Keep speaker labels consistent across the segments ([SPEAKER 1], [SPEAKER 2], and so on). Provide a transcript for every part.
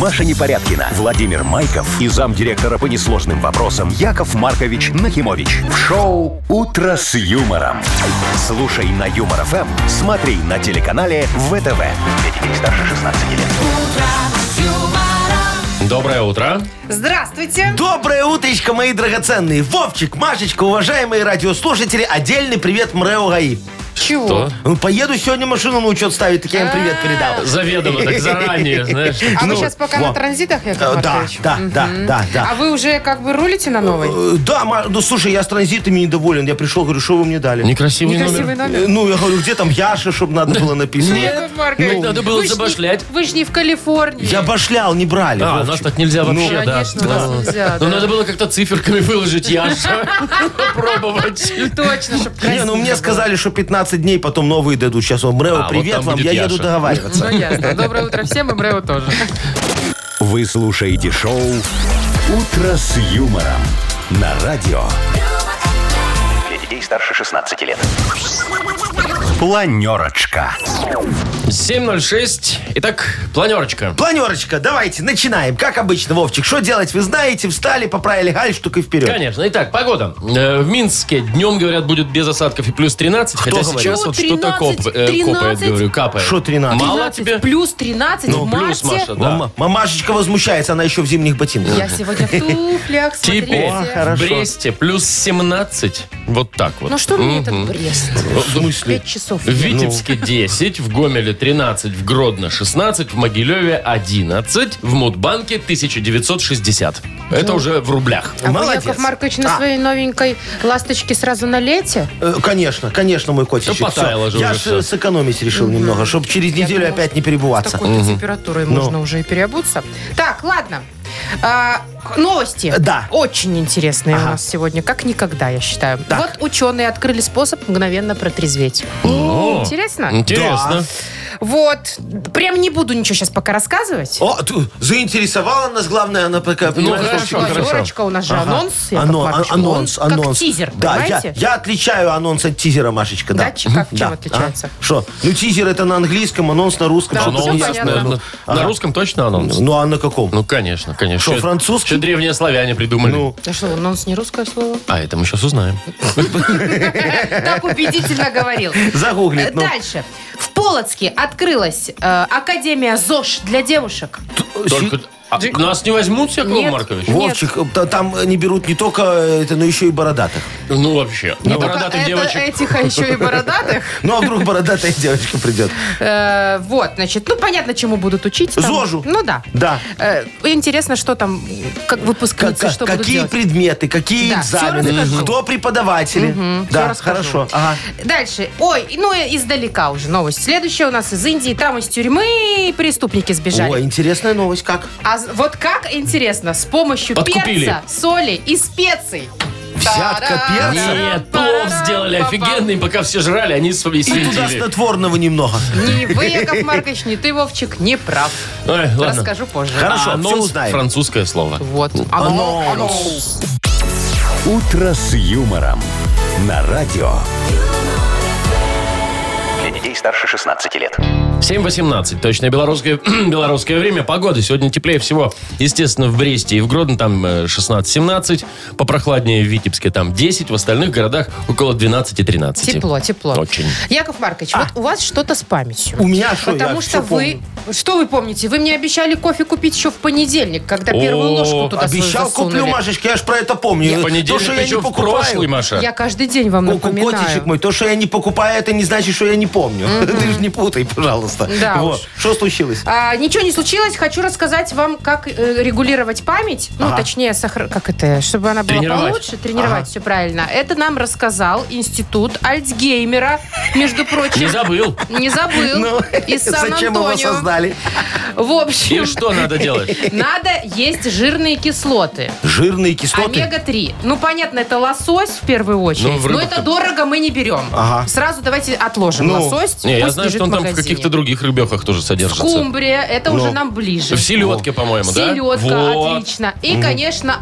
[SPEAKER 1] Маша Непорядкина, Владимир Майков и замдиректора по несложным вопросам Яков Маркович Нахимович. В шоу «Утро с юмором». Слушай на Юмор ФМ, смотри на телеканале ВТВ. Для детей старше 16 лет.
[SPEAKER 2] Доброе утро.
[SPEAKER 3] Здравствуйте.
[SPEAKER 4] Доброе утречко, мои драгоценные. Вовчик, Машечка, уважаемые радиослушатели, отдельный привет МРЭО ГАИ.
[SPEAKER 3] Чего?
[SPEAKER 2] Кто?
[SPEAKER 4] Ну, Поеду сегодня машину на учет ставить, так я им привет передал.
[SPEAKER 2] Заведомо, так заранее, знаешь.
[SPEAKER 3] А вы
[SPEAKER 4] Ну,
[SPEAKER 3] сейчас пока
[SPEAKER 4] во.
[SPEAKER 3] на транзитах, Яков
[SPEAKER 4] Э, Да,
[SPEAKER 3] Маркович?
[SPEAKER 4] да,
[SPEAKER 3] Мгм.
[SPEAKER 4] да, да,
[SPEAKER 3] А
[SPEAKER 4] да.
[SPEAKER 3] вы уже как бы рулите на новой?
[SPEAKER 4] Э, Да, Ма- ну слушай, я с транзитами недоволен. Я пришел, говорю, что вы мне дали?
[SPEAKER 2] Некрасивый
[SPEAKER 3] Некрасивый
[SPEAKER 2] номер.
[SPEAKER 4] Э,
[SPEAKER 3] номер.
[SPEAKER 4] Ну, я говорю, где там Яша, чтобы надо было написано?
[SPEAKER 3] Яков Маркович,
[SPEAKER 2] Ну, надо было
[SPEAKER 3] вы ж не-
[SPEAKER 2] забашлять.
[SPEAKER 3] Вы же не в Калифорнии.
[SPEAKER 4] Я башлял, не брали.
[SPEAKER 2] А,
[SPEAKER 4] Вовчик.
[SPEAKER 2] нас так нельзя вообще, да.
[SPEAKER 3] Ну, конечно,
[SPEAKER 2] Да.
[SPEAKER 3] нас нельзя,
[SPEAKER 2] Ну,
[SPEAKER 3] да.
[SPEAKER 2] надо было как-то циферками выложить, Яша. Попробовать.
[SPEAKER 3] Точно, чтобы
[SPEAKER 4] Не, ну мне сказали, что 15 дней, потом новые дадут. Сейчас вам
[SPEAKER 2] А,
[SPEAKER 4] Мрео,
[SPEAKER 2] вот
[SPEAKER 4] привет
[SPEAKER 2] там
[SPEAKER 4] вам,
[SPEAKER 2] будет
[SPEAKER 4] я еду
[SPEAKER 2] Яша.
[SPEAKER 4] договариваться.
[SPEAKER 3] Ну, ясно. Доброе утро всем, и Брео тоже.
[SPEAKER 1] Вы слушаете шоу «Утро с юмором» на радио. Для детей старше 16 лет. Планерочка.
[SPEAKER 2] 7.06. Итак, планерочка.
[SPEAKER 4] Планерочка, давайте, начинаем. Как обычно, Вовчик, что делать, вы знаете, встали, поправили гальштук и вперед.
[SPEAKER 2] Конечно. Итак, погода. Э, В Минске днем, говорят, будет без осадков и плюс 13, хотя
[SPEAKER 4] говорит?
[SPEAKER 2] сейчас вот
[SPEAKER 3] Чего?
[SPEAKER 2] что-то коп- э,
[SPEAKER 3] 13?
[SPEAKER 2] копает, говорю, капает.
[SPEAKER 4] Что 13?
[SPEAKER 2] Мало
[SPEAKER 3] 13
[SPEAKER 2] тебе? Ну,
[SPEAKER 3] Плюс 13 в марте.
[SPEAKER 2] плюс, Маша, да.
[SPEAKER 4] Мама- мамашечка возмущается, она еще в зимних ботинках.
[SPEAKER 3] Я сегодня в туфлях,
[SPEAKER 2] Теперь
[SPEAKER 4] О,
[SPEAKER 3] смотрите.
[SPEAKER 4] хорошо.
[SPEAKER 2] в Типа Бресте плюс 17. Вот так вот.
[SPEAKER 3] Ну что мне этот Брест?
[SPEAKER 4] В смысле?
[SPEAKER 3] 5 часов.
[SPEAKER 2] В
[SPEAKER 4] Ну,
[SPEAKER 2] Витебске 10, в Гомеле 13, в Гродно 16, в Могилеве 11, в Мудбанке 1960. Это
[SPEAKER 4] Ну.
[SPEAKER 2] уже в рублях.
[SPEAKER 3] А вы,
[SPEAKER 4] молодец.
[SPEAKER 3] Яков Маркович, на
[SPEAKER 4] А.
[SPEAKER 3] своей новенькой ласточке сразу налейте?
[SPEAKER 4] Э, Конечно, конечно, мой котичек.
[SPEAKER 2] Да потаяло
[SPEAKER 4] всё.
[SPEAKER 2] же
[SPEAKER 4] Я
[SPEAKER 2] уже
[SPEAKER 4] ж
[SPEAKER 2] всё.
[SPEAKER 4] э, сэкономить решил немного, чтобы через неделю
[SPEAKER 3] думала,
[SPEAKER 4] опять не
[SPEAKER 3] С
[SPEAKER 4] перебываться.
[SPEAKER 3] такой-то температурой
[SPEAKER 4] Ну.
[SPEAKER 3] можно уже и переобуться. Так, ладно. А, новости.
[SPEAKER 4] Э, Да.
[SPEAKER 3] Очень интересные у
[SPEAKER 4] Ага.
[SPEAKER 3] нас сегодня, как никогда, я считаю.
[SPEAKER 4] Так.
[SPEAKER 3] Вот ученые открыли способ мгновенно протрезветь.
[SPEAKER 2] О,
[SPEAKER 3] Интересно?
[SPEAKER 2] Интересно.
[SPEAKER 3] Вот. Прям не буду ничего сейчас пока рассказывать.
[SPEAKER 4] О, ты заинтересовала нас, главное, она пока, понимаешь,
[SPEAKER 2] Ну, хорошо,
[SPEAKER 4] Вовчик,
[SPEAKER 2] хорошо.
[SPEAKER 3] Зорочка, у нас же
[SPEAKER 4] Ага.
[SPEAKER 3] анонс. Яков
[SPEAKER 4] Анон- а,
[SPEAKER 3] Маркович, он
[SPEAKER 4] анонс,
[SPEAKER 3] Как
[SPEAKER 4] анонс.
[SPEAKER 3] тизер,
[SPEAKER 4] да, я,
[SPEAKER 3] понимаете?
[SPEAKER 4] я отличаю анонс от тизера, Машечка, да.
[SPEAKER 3] Да, че- как, чем
[SPEAKER 4] Да.
[SPEAKER 3] отличается?
[SPEAKER 4] А? Что? Ну, тизер это на английском, анонс на русском.
[SPEAKER 3] Да,
[SPEAKER 4] что-то
[SPEAKER 3] всё
[SPEAKER 2] Анонс,
[SPEAKER 4] неясное.
[SPEAKER 3] понятно.
[SPEAKER 2] наверное.
[SPEAKER 4] Ну,
[SPEAKER 2] На
[SPEAKER 4] а-
[SPEAKER 2] русском точно анонс?
[SPEAKER 4] Ну, а на каком?
[SPEAKER 2] Ну, конечно, конечно.
[SPEAKER 4] Что,
[SPEAKER 2] Еще-
[SPEAKER 4] французский?
[SPEAKER 2] еще древние славяне придумали.
[SPEAKER 4] Ну.
[SPEAKER 3] Да что, анонс не русское слово?
[SPEAKER 2] А это мы сейчас узнаем.
[SPEAKER 3] Так убедительно говорил.
[SPEAKER 4] Загуглит, ну.
[SPEAKER 3] Дальше. В Полоцке открылась э, Академия ЗОЖ для девушек.
[SPEAKER 2] Только... А нас не возьмут, Яков
[SPEAKER 3] Нет.
[SPEAKER 2] Маркович?
[SPEAKER 4] Вовчик, э, та- там не берут не только э, это, но еще и бородатых.
[SPEAKER 2] Ну, вообще. На
[SPEAKER 3] Только
[SPEAKER 2] бородатых
[SPEAKER 3] это
[SPEAKER 2] девочек.
[SPEAKER 3] Этих, а еще и бородатых.
[SPEAKER 4] Ну, а вдруг бородатая девочка придет?
[SPEAKER 3] Э, Вот, значит, ну понятно, чему будут учить. там.
[SPEAKER 4] ЗОЖу.
[SPEAKER 3] Ну да.
[SPEAKER 4] Да.
[SPEAKER 3] Э, Интересно, что там, как
[SPEAKER 4] Как-
[SPEAKER 3] выпускницы,
[SPEAKER 4] как-
[SPEAKER 3] что будут
[SPEAKER 4] какие
[SPEAKER 3] делать.
[SPEAKER 4] предметы, какие
[SPEAKER 3] Да, всё
[SPEAKER 4] экзамены,
[SPEAKER 3] расскажу.
[SPEAKER 4] кто преподаватели.
[SPEAKER 3] всё
[SPEAKER 4] да,
[SPEAKER 3] расскажу.
[SPEAKER 4] хорошо. Ага.
[SPEAKER 3] Дальше. Ой, ну и издалека уже новость. Следующая у нас из Индии. Там из тюрьмы преступники сбежали.
[SPEAKER 4] Ой, интересная новость, как?
[SPEAKER 3] А з- вот как интересно, с помощью
[SPEAKER 2] Подкупили.
[SPEAKER 3] перца, соли и специй.
[SPEAKER 4] Взятка
[SPEAKER 3] Та-дам!
[SPEAKER 4] перца
[SPEAKER 2] Нет, плов сделали офигенный, пока все жрали, они свои
[SPEAKER 4] и туда
[SPEAKER 2] съедили.
[SPEAKER 4] снотворного немного.
[SPEAKER 3] Ни вы, Яков Маркович, ни ты, Вовчик, не прав.
[SPEAKER 2] Ой, ладно. А,
[SPEAKER 3] Расскажу позже.
[SPEAKER 4] Хорошо, все
[SPEAKER 2] Анонс
[SPEAKER 4] узнаем.
[SPEAKER 2] французское слово.
[SPEAKER 3] Вот.
[SPEAKER 4] Анонс.
[SPEAKER 1] «Утро с юмором» на радио.
[SPEAKER 5] Для детей старше 16 лет.
[SPEAKER 2] 7.18, точное белорусское, белорусское время. Погода сегодня теплее всего, естественно, в Бресте и в Гродно, там э, 16-17. Попрохладнее в Витебске, там 10. В остальных городах около 12 и 13.
[SPEAKER 3] Тепло, тепло.
[SPEAKER 2] Очень.
[SPEAKER 3] Яков Маркович, вот у вас что-то с памятью.
[SPEAKER 4] А. У меня что,
[SPEAKER 3] Потому
[SPEAKER 4] я
[SPEAKER 3] что
[SPEAKER 4] всё
[SPEAKER 3] вы...
[SPEAKER 4] помню.
[SPEAKER 3] Что вы помните? Вы мне обещали кофе купить еще в понедельник, когда
[SPEAKER 2] О,
[SPEAKER 3] первую ложку туда свою
[SPEAKER 4] Обещал,
[SPEAKER 3] засунули.
[SPEAKER 4] куплю, Машечка, я ж про это помню. То, что
[SPEAKER 2] Понедельник
[SPEAKER 4] я не
[SPEAKER 2] еще в
[SPEAKER 4] покупаю.
[SPEAKER 2] прошлый, Маша.
[SPEAKER 3] Я каждый день вам
[SPEAKER 4] Ку- ку-
[SPEAKER 3] напоминаю.
[SPEAKER 4] Котичек мой, то, что я не покупаю, это не значит, что я не помню. Ты же не путай, пожалуйста.
[SPEAKER 3] Да
[SPEAKER 4] Вот.
[SPEAKER 3] уж.
[SPEAKER 4] Что случилось?
[SPEAKER 3] А, ничего не случилось. Хочу рассказать вам, как э, регулировать память. Ну,
[SPEAKER 4] Ага.
[SPEAKER 3] точнее, сохр- как это, чтобы она была
[SPEAKER 2] Тренировать.
[SPEAKER 3] получше. Тренировать, все правильно. Это нам рассказал Институт Альцгеймера, между прочим.
[SPEAKER 2] Не забыл.
[SPEAKER 3] Не забыл.
[SPEAKER 4] Ну,
[SPEAKER 3] Из
[SPEAKER 4] зачем его
[SPEAKER 3] Сан-Антонио.
[SPEAKER 4] создали?
[SPEAKER 3] В
[SPEAKER 2] И
[SPEAKER 3] общем,
[SPEAKER 2] что надо делать?
[SPEAKER 3] надо есть жирные кислоты.
[SPEAKER 4] Жирные кислоты.
[SPEAKER 3] Омега-3. Ну, понятно, это лосось в первую
[SPEAKER 2] Ну,
[SPEAKER 3] очередь.
[SPEAKER 2] в
[SPEAKER 3] но
[SPEAKER 2] рыбах-то-
[SPEAKER 3] это дорого мы не берем.
[SPEAKER 4] Ага.
[SPEAKER 3] Сразу давайте отложим
[SPEAKER 4] Ну,
[SPEAKER 3] лосось.
[SPEAKER 2] Не, я
[SPEAKER 3] пусть
[SPEAKER 2] знаю,
[SPEAKER 3] лежит
[SPEAKER 2] что он там в
[SPEAKER 3] магазине.
[SPEAKER 2] каких-то других рыбехах тоже содержится.
[SPEAKER 3] Скумбрия, это
[SPEAKER 4] Ну.
[SPEAKER 3] уже нам ближе.
[SPEAKER 2] В селедке, по-моему, да?
[SPEAKER 3] Селедка,
[SPEAKER 2] Вот.
[SPEAKER 3] отлично. И, конечно,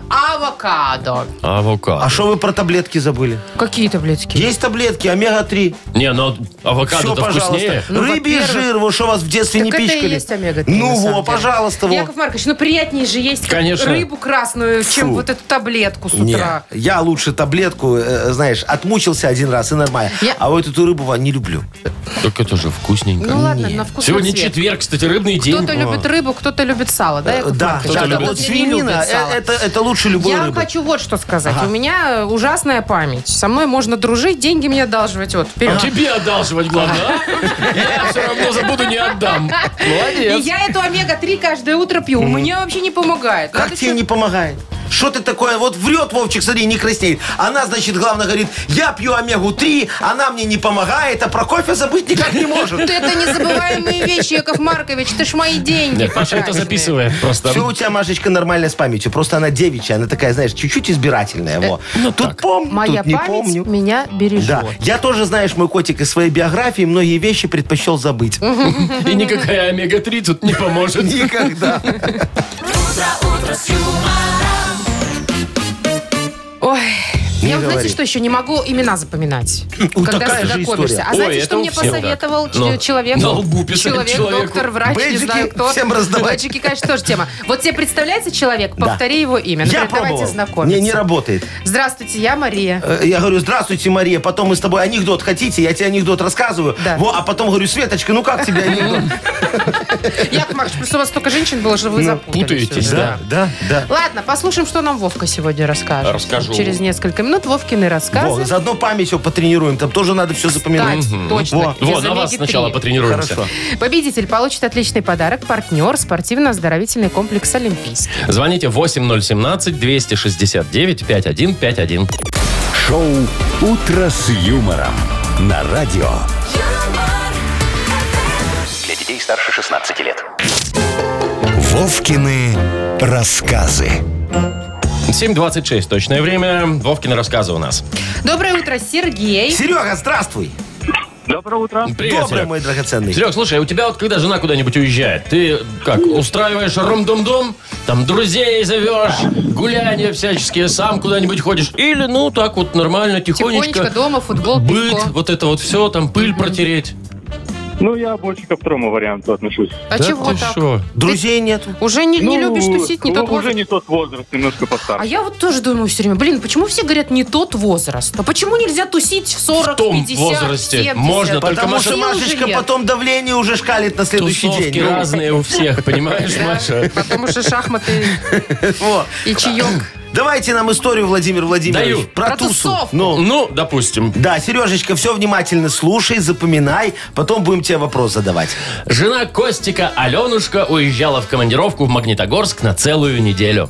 [SPEAKER 3] авокадо.
[SPEAKER 2] Авокадо.
[SPEAKER 4] А что вы про таблетки забыли?
[SPEAKER 3] Какие таблетки?
[SPEAKER 4] Есть таблетки Омега-3.
[SPEAKER 2] Не, ну
[SPEAKER 4] Все,
[SPEAKER 2] авокадо-то
[SPEAKER 4] пожалуйста.
[SPEAKER 2] вкуснее.
[SPEAKER 3] Ну,
[SPEAKER 4] Рыбий
[SPEAKER 3] во-первых.
[SPEAKER 4] жир, вот что вас в детстве
[SPEAKER 3] Так
[SPEAKER 4] не
[SPEAKER 3] это и
[SPEAKER 4] пичкали.
[SPEAKER 3] есть омега-три.
[SPEAKER 4] Ну,
[SPEAKER 3] на
[SPEAKER 4] Ну
[SPEAKER 3] самом
[SPEAKER 4] во,
[SPEAKER 3] деле.
[SPEAKER 4] пожалуйста, во.
[SPEAKER 3] Яков Маркович, ну приятнее же есть как
[SPEAKER 2] Конечно.
[SPEAKER 3] рыбу красную, чем
[SPEAKER 4] Фу.
[SPEAKER 3] вот эту таблетку с
[SPEAKER 4] Не,
[SPEAKER 3] утра.
[SPEAKER 4] я лучше таблетку, э, знаешь, отмучился один раз, и нормально.
[SPEAKER 3] Я-
[SPEAKER 4] А вот эту рыбу Вань, не люблю.
[SPEAKER 2] Так это же вкусненько.
[SPEAKER 3] Ну ладно, на вкус
[SPEAKER 2] Сегодня
[SPEAKER 3] на цвет.
[SPEAKER 2] четверг, кстати, рыбный день.
[SPEAKER 3] Кто-то любит рыбу, кто-то любит сало, да, Яков
[SPEAKER 4] Э, да,
[SPEAKER 3] Маркович?
[SPEAKER 4] да,
[SPEAKER 3] Кто-то
[SPEAKER 4] да,
[SPEAKER 3] вот
[SPEAKER 4] вот
[SPEAKER 3] не любит
[SPEAKER 4] свинина, э,
[SPEAKER 3] сало.
[SPEAKER 4] это, это лучше любой
[SPEAKER 3] Я вам
[SPEAKER 4] рыбы.
[SPEAKER 3] хочу вот что сказать. У меня э, ужасная память. Со мной можно дружить, деньги мне одалживать. Вот,
[SPEAKER 2] А
[SPEAKER 3] вперед.
[SPEAKER 2] тебе одалживать главное, а? Я все равно забуду, не отдам.
[SPEAKER 3] И
[SPEAKER 2] Молодец.
[SPEAKER 3] я эту омега-3 каждое утро пью. Мне вообще не помогает.
[SPEAKER 4] Как
[SPEAKER 3] Надо
[SPEAKER 4] тебе
[SPEAKER 3] всё-
[SPEAKER 4] не помогает? Что ты такое? Вот врет Вовчик, смотри, не краснеет. Она, значит, главное говорит, я пью омегу-3, она мне не помогает, а про кофе забыть никак не может.
[SPEAKER 3] Ты это незабываемые вещи, Яков Маркович. Ты ж мои деньги.
[SPEAKER 2] Нет, Паша это
[SPEAKER 3] потраченные.
[SPEAKER 2] записывает просто.
[SPEAKER 4] Все у тебя, Машечка, нормально с памятью. Просто она девичья, она такая, знаешь, чуть-чуть избирательная. Во. тут помню,
[SPEAKER 3] Э, ну Моя
[SPEAKER 4] тут не
[SPEAKER 3] память
[SPEAKER 4] помню.
[SPEAKER 3] меня бережет.
[SPEAKER 4] Да, я тоже, знаешь, мой котик из своей биографии многие вещи предпочел забыть.
[SPEAKER 2] И никакая омега-3 тут не поможет.
[SPEAKER 4] Никогда.
[SPEAKER 3] Ой.
[SPEAKER 4] Не
[SPEAKER 3] Я, вот, знаете,
[SPEAKER 4] говори.
[SPEAKER 3] что еще не могу имена запоминать,
[SPEAKER 4] У,
[SPEAKER 3] когда
[SPEAKER 4] такая же
[SPEAKER 3] знакомишься.
[SPEAKER 4] история.
[SPEAKER 3] А знаете,
[SPEAKER 2] Ой, это
[SPEAKER 3] что
[SPEAKER 2] у
[SPEAKER 3] мне
[SPEAKER 2] всех
[SPEAKER 3] посоветовал
[SPEAKER 2] так.
[SPEAKER 3] ч-
[SPEAKER 2] Но-
[SPEAKER 3] человек?
[SPEAKER 2] на лбу писать
[SPEAKER 3] человек,
[SPEAKER 2] человеку.
[SPEAKER 3] доктор, врач, не
[SPEAKER 4] Бейджики
[SPEAKER 3] знаю кто.
[SPEAKER 4] всем раздавать.
[SPEAKER 3] Бейджики, конечно, тоже тема. Вот тебе представляется человек,
[SPEAKER 4] Да.
[SPEAKER 3] повтори его имя.
[SPEAKER 4] Я
[SPEAKER 3] Например, давайте
[SPEAKER 4] пробовал.
[SPEAKER 3] знакомиться.
[SPEAKER 4] Не, не работает.
[SPEAKER 3] Здравствуйте, я Мария.
[SPEAKER 4] Э, Я говорю, здравствуйте, Мария, потом мы с тобой анекдот хотите, я тебе анекдот рассказываю.
[SPEAKER 3] Да.
[SPEAKER 4] Во, а потом говорю, Светочка, ну как тебе анекдот?
[SPEAKER 3] Яков Маркович, просто у вас столько женщин было, что вы запутались.
[SPEAKER 2] Ну, путаетесь,
[SPEAKER 3] уже,
[SPEAKER 2] да.
[SPEAKER 4] да, да.
[SPEAKER 3] Ладно, послушаем, что нам Вовка сегодня расскажет.
[SPEAKER 2] Расскажу.
[SPEAKER 3] Через несколько минут Вовкины рассказы.
[SPEAKER 4] Во, заодно память его потренируем, там тоже надо все запоминать.
[SPEAKER 3] Кстати, точно.
[SPEAKER 4] Во.
[SPEAKER 3] без
[SPEAKER 2] Вот, на вас
[SPEAKER 3] омеги-3.
[SPEAKER 2] сначала потренируемся.
[SPEAKER 4] Хорошо.
[SPEAKER 3] Победитель получит отличный подарок. Партнер спортивно-оздоровительный комплекс «Олимпийский».
[SPEAKER 2] Звоните 8017-269-5151.
[SPEAKER 1] Шоу «Утро с юмором» на радио.
[SPEAKER 5] Для детей старше 16 лет.
[SPEAKER 1] Вовкины рассказы.
[SPEAKER 2] 7.26 точное время. Вовкины рассказы у нас.
[SPEAKER 3] Доброе утро, Сергей.
[SPEAKER 4] Серега, здравствуй.
[SPEAKER 2] Привет,
[SPEAKER 4] Добрый
[SPEAKER 2] Серег.
[SPEAKER 4] мой драгоценный.
[SPEAKER 2] Серег, слушай, а у тебя вот когда жена куда-нибудь уезжает, ты как, устраиваешь рум-дум-дум, там друзей зовешь, гуляния всяческие, сам куда-нибудь ходишь, или ну так вот нормально, тихонечко,
[SPEAKER 3] Тихонечко дома, футбол,
[SPEAKER 2] быт,
[SPEAKER 3] пивко.
[SPEAKER 2] вот это вот все, там пыль протереть.
[SPEAKER 6] Ну, я больше ко второму варианту отношусь.
[SPEAKER 3] А
[SPEAKER 2] Да
[SPEAKER 3] чего
[SPEAKER 2] ты
[SPEAKER 3] так?
[SPEAKER 2] шо?
[SPEAKER 4] Друзей нету.
[SPEAKER 3] Уже не, не
[SPEAKER 6] Ну,
[SPEAKER 3] любишь тусить, не
[SPEAKER 6] ну,
[SPEAKER 3] тот
[SPEAKER 6] Уже
[SPEAKER 3] возраст.
[SPEAKER 6] не тот возраст, немножко
[SPEAKER 3] А
[SPEAKER 6] постарше.
[SPEAKER 3] я вот тоже думаю все время, блин, почему все говорят не тот возраст? А почему нельзя тусить в 40,
[SPEAKER 2] В том
[SPEAKER 3] 50,
[SPEAKER 2] возрасте
[SPEAKER 3] 70?
[SPEAKER 2] можно, только
[SPEAKER 4] Потому
[SPEAKER 2] Маша-
[SPEAKER 4] что,
[SPEAKER 3] Сил же
[SPEAKER 4] Машечка,
[SPEAKER 3] нет.
[SPEAKER 4] потом давление уже шкалит на следующий
[SPEAKER 2] Тусовки
[SPEAKER 4] день. Ну,
[SPEAKER 2] разные у всех, понимаешь,
[SPEAKER 3] Да,
[SPEAKER 2] Маша?
[SPEAKER 3] Потому что шахматы
[SPEAKER 4] во.
[SPEAKER 3] и чаек.
[SPEAKER 4] Давайте нам историю, Владимир Владимирович.
[SPEAKER 2] Даю.
[SPEAKER 4] Про,
[SPEAKER 3] Про
[SPEAKER 4] тусу.
[SPEAKER 3] тусовку.
[SPEAKER 4] Ну.
[SPEAKER 2] Ну, допустим,
[SPEAKER 4] Да, Сережечка, все внимательно слушай, запоминай, потом будем тебе вопрос задавать.
[SPEAKER 2] Жена Костика Аленушка уезжала в командировку в Магнитогорск на целую неделю.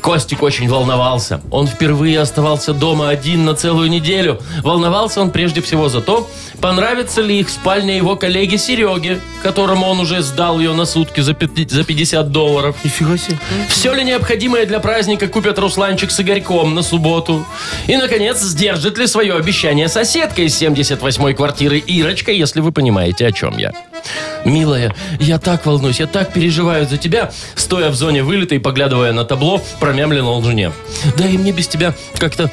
[SPEAKER 2] Костик очень волновался. Он впервые оставался дома один на целую неделю. Волновался он прежде всего за то, понравится ли их спальня его коллеге Сереге, которому он уже сдал ее на сутки за пяти- за 50 долларов.
[SPEAKER 4] Нифига себе.
[SPEAKER 2] Все ли необходимое для праздника купят Русланчик с Игорьком на субботу? И, наконец, сдержит ли свое обещание соседка из 78-й квартиры Ирочка, если вы понимаете, о чем я? Милая, я так волнуюсь, я так переживаю за тебя, стоя в зоне вылета и поглядывая на табло, промямлил он жене. Да и мне без тебя как-то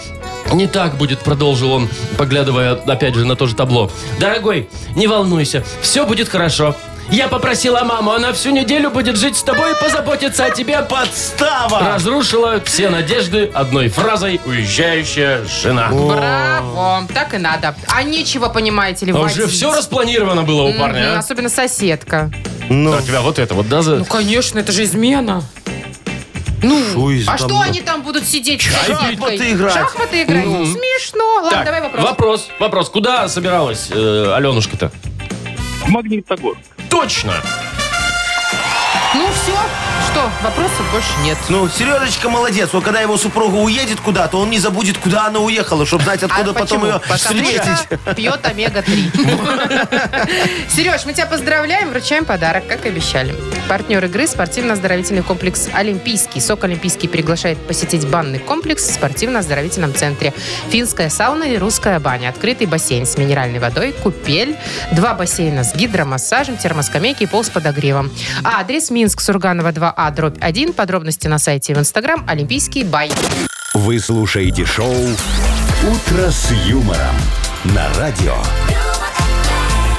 [SPEAKER 2] не так будет, продолжил он, поглядывая опять же на то же табло. Дорогой, не волнуйся, все будет хорошо. Я попросила маму, она всю неделю будет жить с тобой и позаботиться о тебе.
[SPEAKER 4] Подстава!
[SPEAKER 2] Разрушила все надежды одной фразой «Уезжающая жена».
[SPEAKER 3] Браво, так и надо. А нечего, понимаете ли,
[SPEAKER 2] А
[SPEAKER 3] водить.
[SPEAKER 2] уже все распланировано было у
[SPEAKER 3] Мгм,
[SPEAKER 2] парня, а?
[SPEAKER 3] Особенно соседка.
[SPEAKER 4] Ну,
[SPEAKER 2] А у тебя вот это вот, да? за-
[SPEAKER 3] Ну, конечно, это же измена. Ну,
[SPEAKER 4] Шо из-
[SPEAKER 3] а
[SPEAKER 4] там-
[SPEAKER 3] что они там будут сидеть? с
[SPEAKER 4] Шахматы
[SPEAKER 3] шашкой?
[SPEAKER 4] играть.
[SPEAKER 3] Шахматы играть. Смешно. Ладно,
[SPEAKER 2] Так,
[SPEAKER 3] давай вопрос.
[SPEAKER 2] вопрос, вопрос. Куда собиралась э, Аленушка-то?
[SPEAKER 3] А-
[SPEAKER 6] В Магнитогорск.
[SPEAKER 2] Точно!
[SPEAKER 3] Ну, все. Что, вопросов больше нет.
[SPEAKER 4] ну, Сережечка молодец. Вот когда его супруга уедет куда-то, он не забудет, куда она уехала, чтобы знать, откуда
[SPEAKER 3] а
[SPEAKER 4] потом
[SPEAKER 3] почему?
[SPEAKER 4] ее
[SPEAKER 3] Потому
[SPEAKER 4] встретить.
[SPEAKER 3] что пьет омега-3. Сереж, мы тебя поздравляем, вручаем подарок, как и обещали. Партнер игры – спортивно-оздоровительный комплекс «Олимпийский». СОК «Олимпийский» приглашает посетить банный комплекс в спортивно-оздоровительном центре. Финская сауна и русская баня. Открытый бассейн с минеральной водой, купель, два бассейна с гидромассажем, термоскамейки и пол с подогревом. А Адрес Минск, Сурганова 2А, дробь 1. Подробности на сайте и в Инстаграм «Олимпийский бай».
[SPEAKER 1] Вы слушаете шоу «Утро с юмором» на радио.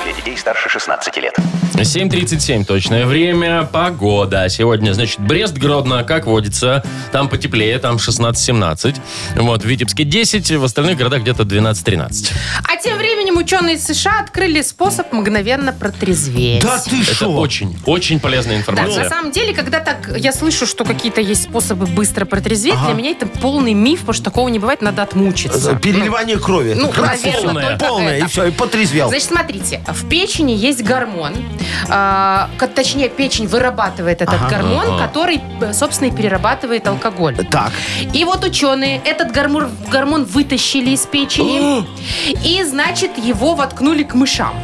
[SPEAKER 5] Для детей детей старше 16 лет.
[SPEAKER 2] 7.37 точное время. Погода. Сегодня, значит, Брест, Гродно, как водится. Там потеплее, там 16-17. Вот, в Витебске 10, в остальных городах где-то 12-13.
[SPEAKER 3] А тем временем ученые из США открыли способ мгновенно протрезветь.
[SPEAKER 4] Да ты
[SPEAKER 2] Это
[SPEAKER 4] что?
[SPEAKER 2] очень, очень полезная
[SPEAKER 3] Да,
[SPEAKER 2] информация.
[SPEAKER 3] на самом деле, когда так я слышу, что какие-то есть способы быстро протрезветь, для меня это полный миф, потому что такого не бывает, надо
[SPEAKER 4] Э,
[SPEAKER 3] отмучиться.
[SPEAKER 4] Переливание крови.
[SPEAKER 3] Ну, наверное,
[SPEAKER 2] полное.
[SPEAKER 3] только
[SPEAKER 4] Полное,
[SPEAKER 3] это.
[SPEAKER 4] и все, и потрезвел.
[SPEAKER 3] Значит, смотрите, в печени есть гормон, а, ко- точнее, печень вырабатывает этот гормон,
[SPEAKER 2] Ага.
[SPEAKER 3] который, э, собственно, и перерабатывает алкоголь.
[SPEAKER 4] Так.
[SPEAKER 3] И вот ученые этот гормон, гормон вытащили из печени и, значит, его воткнули к мышам.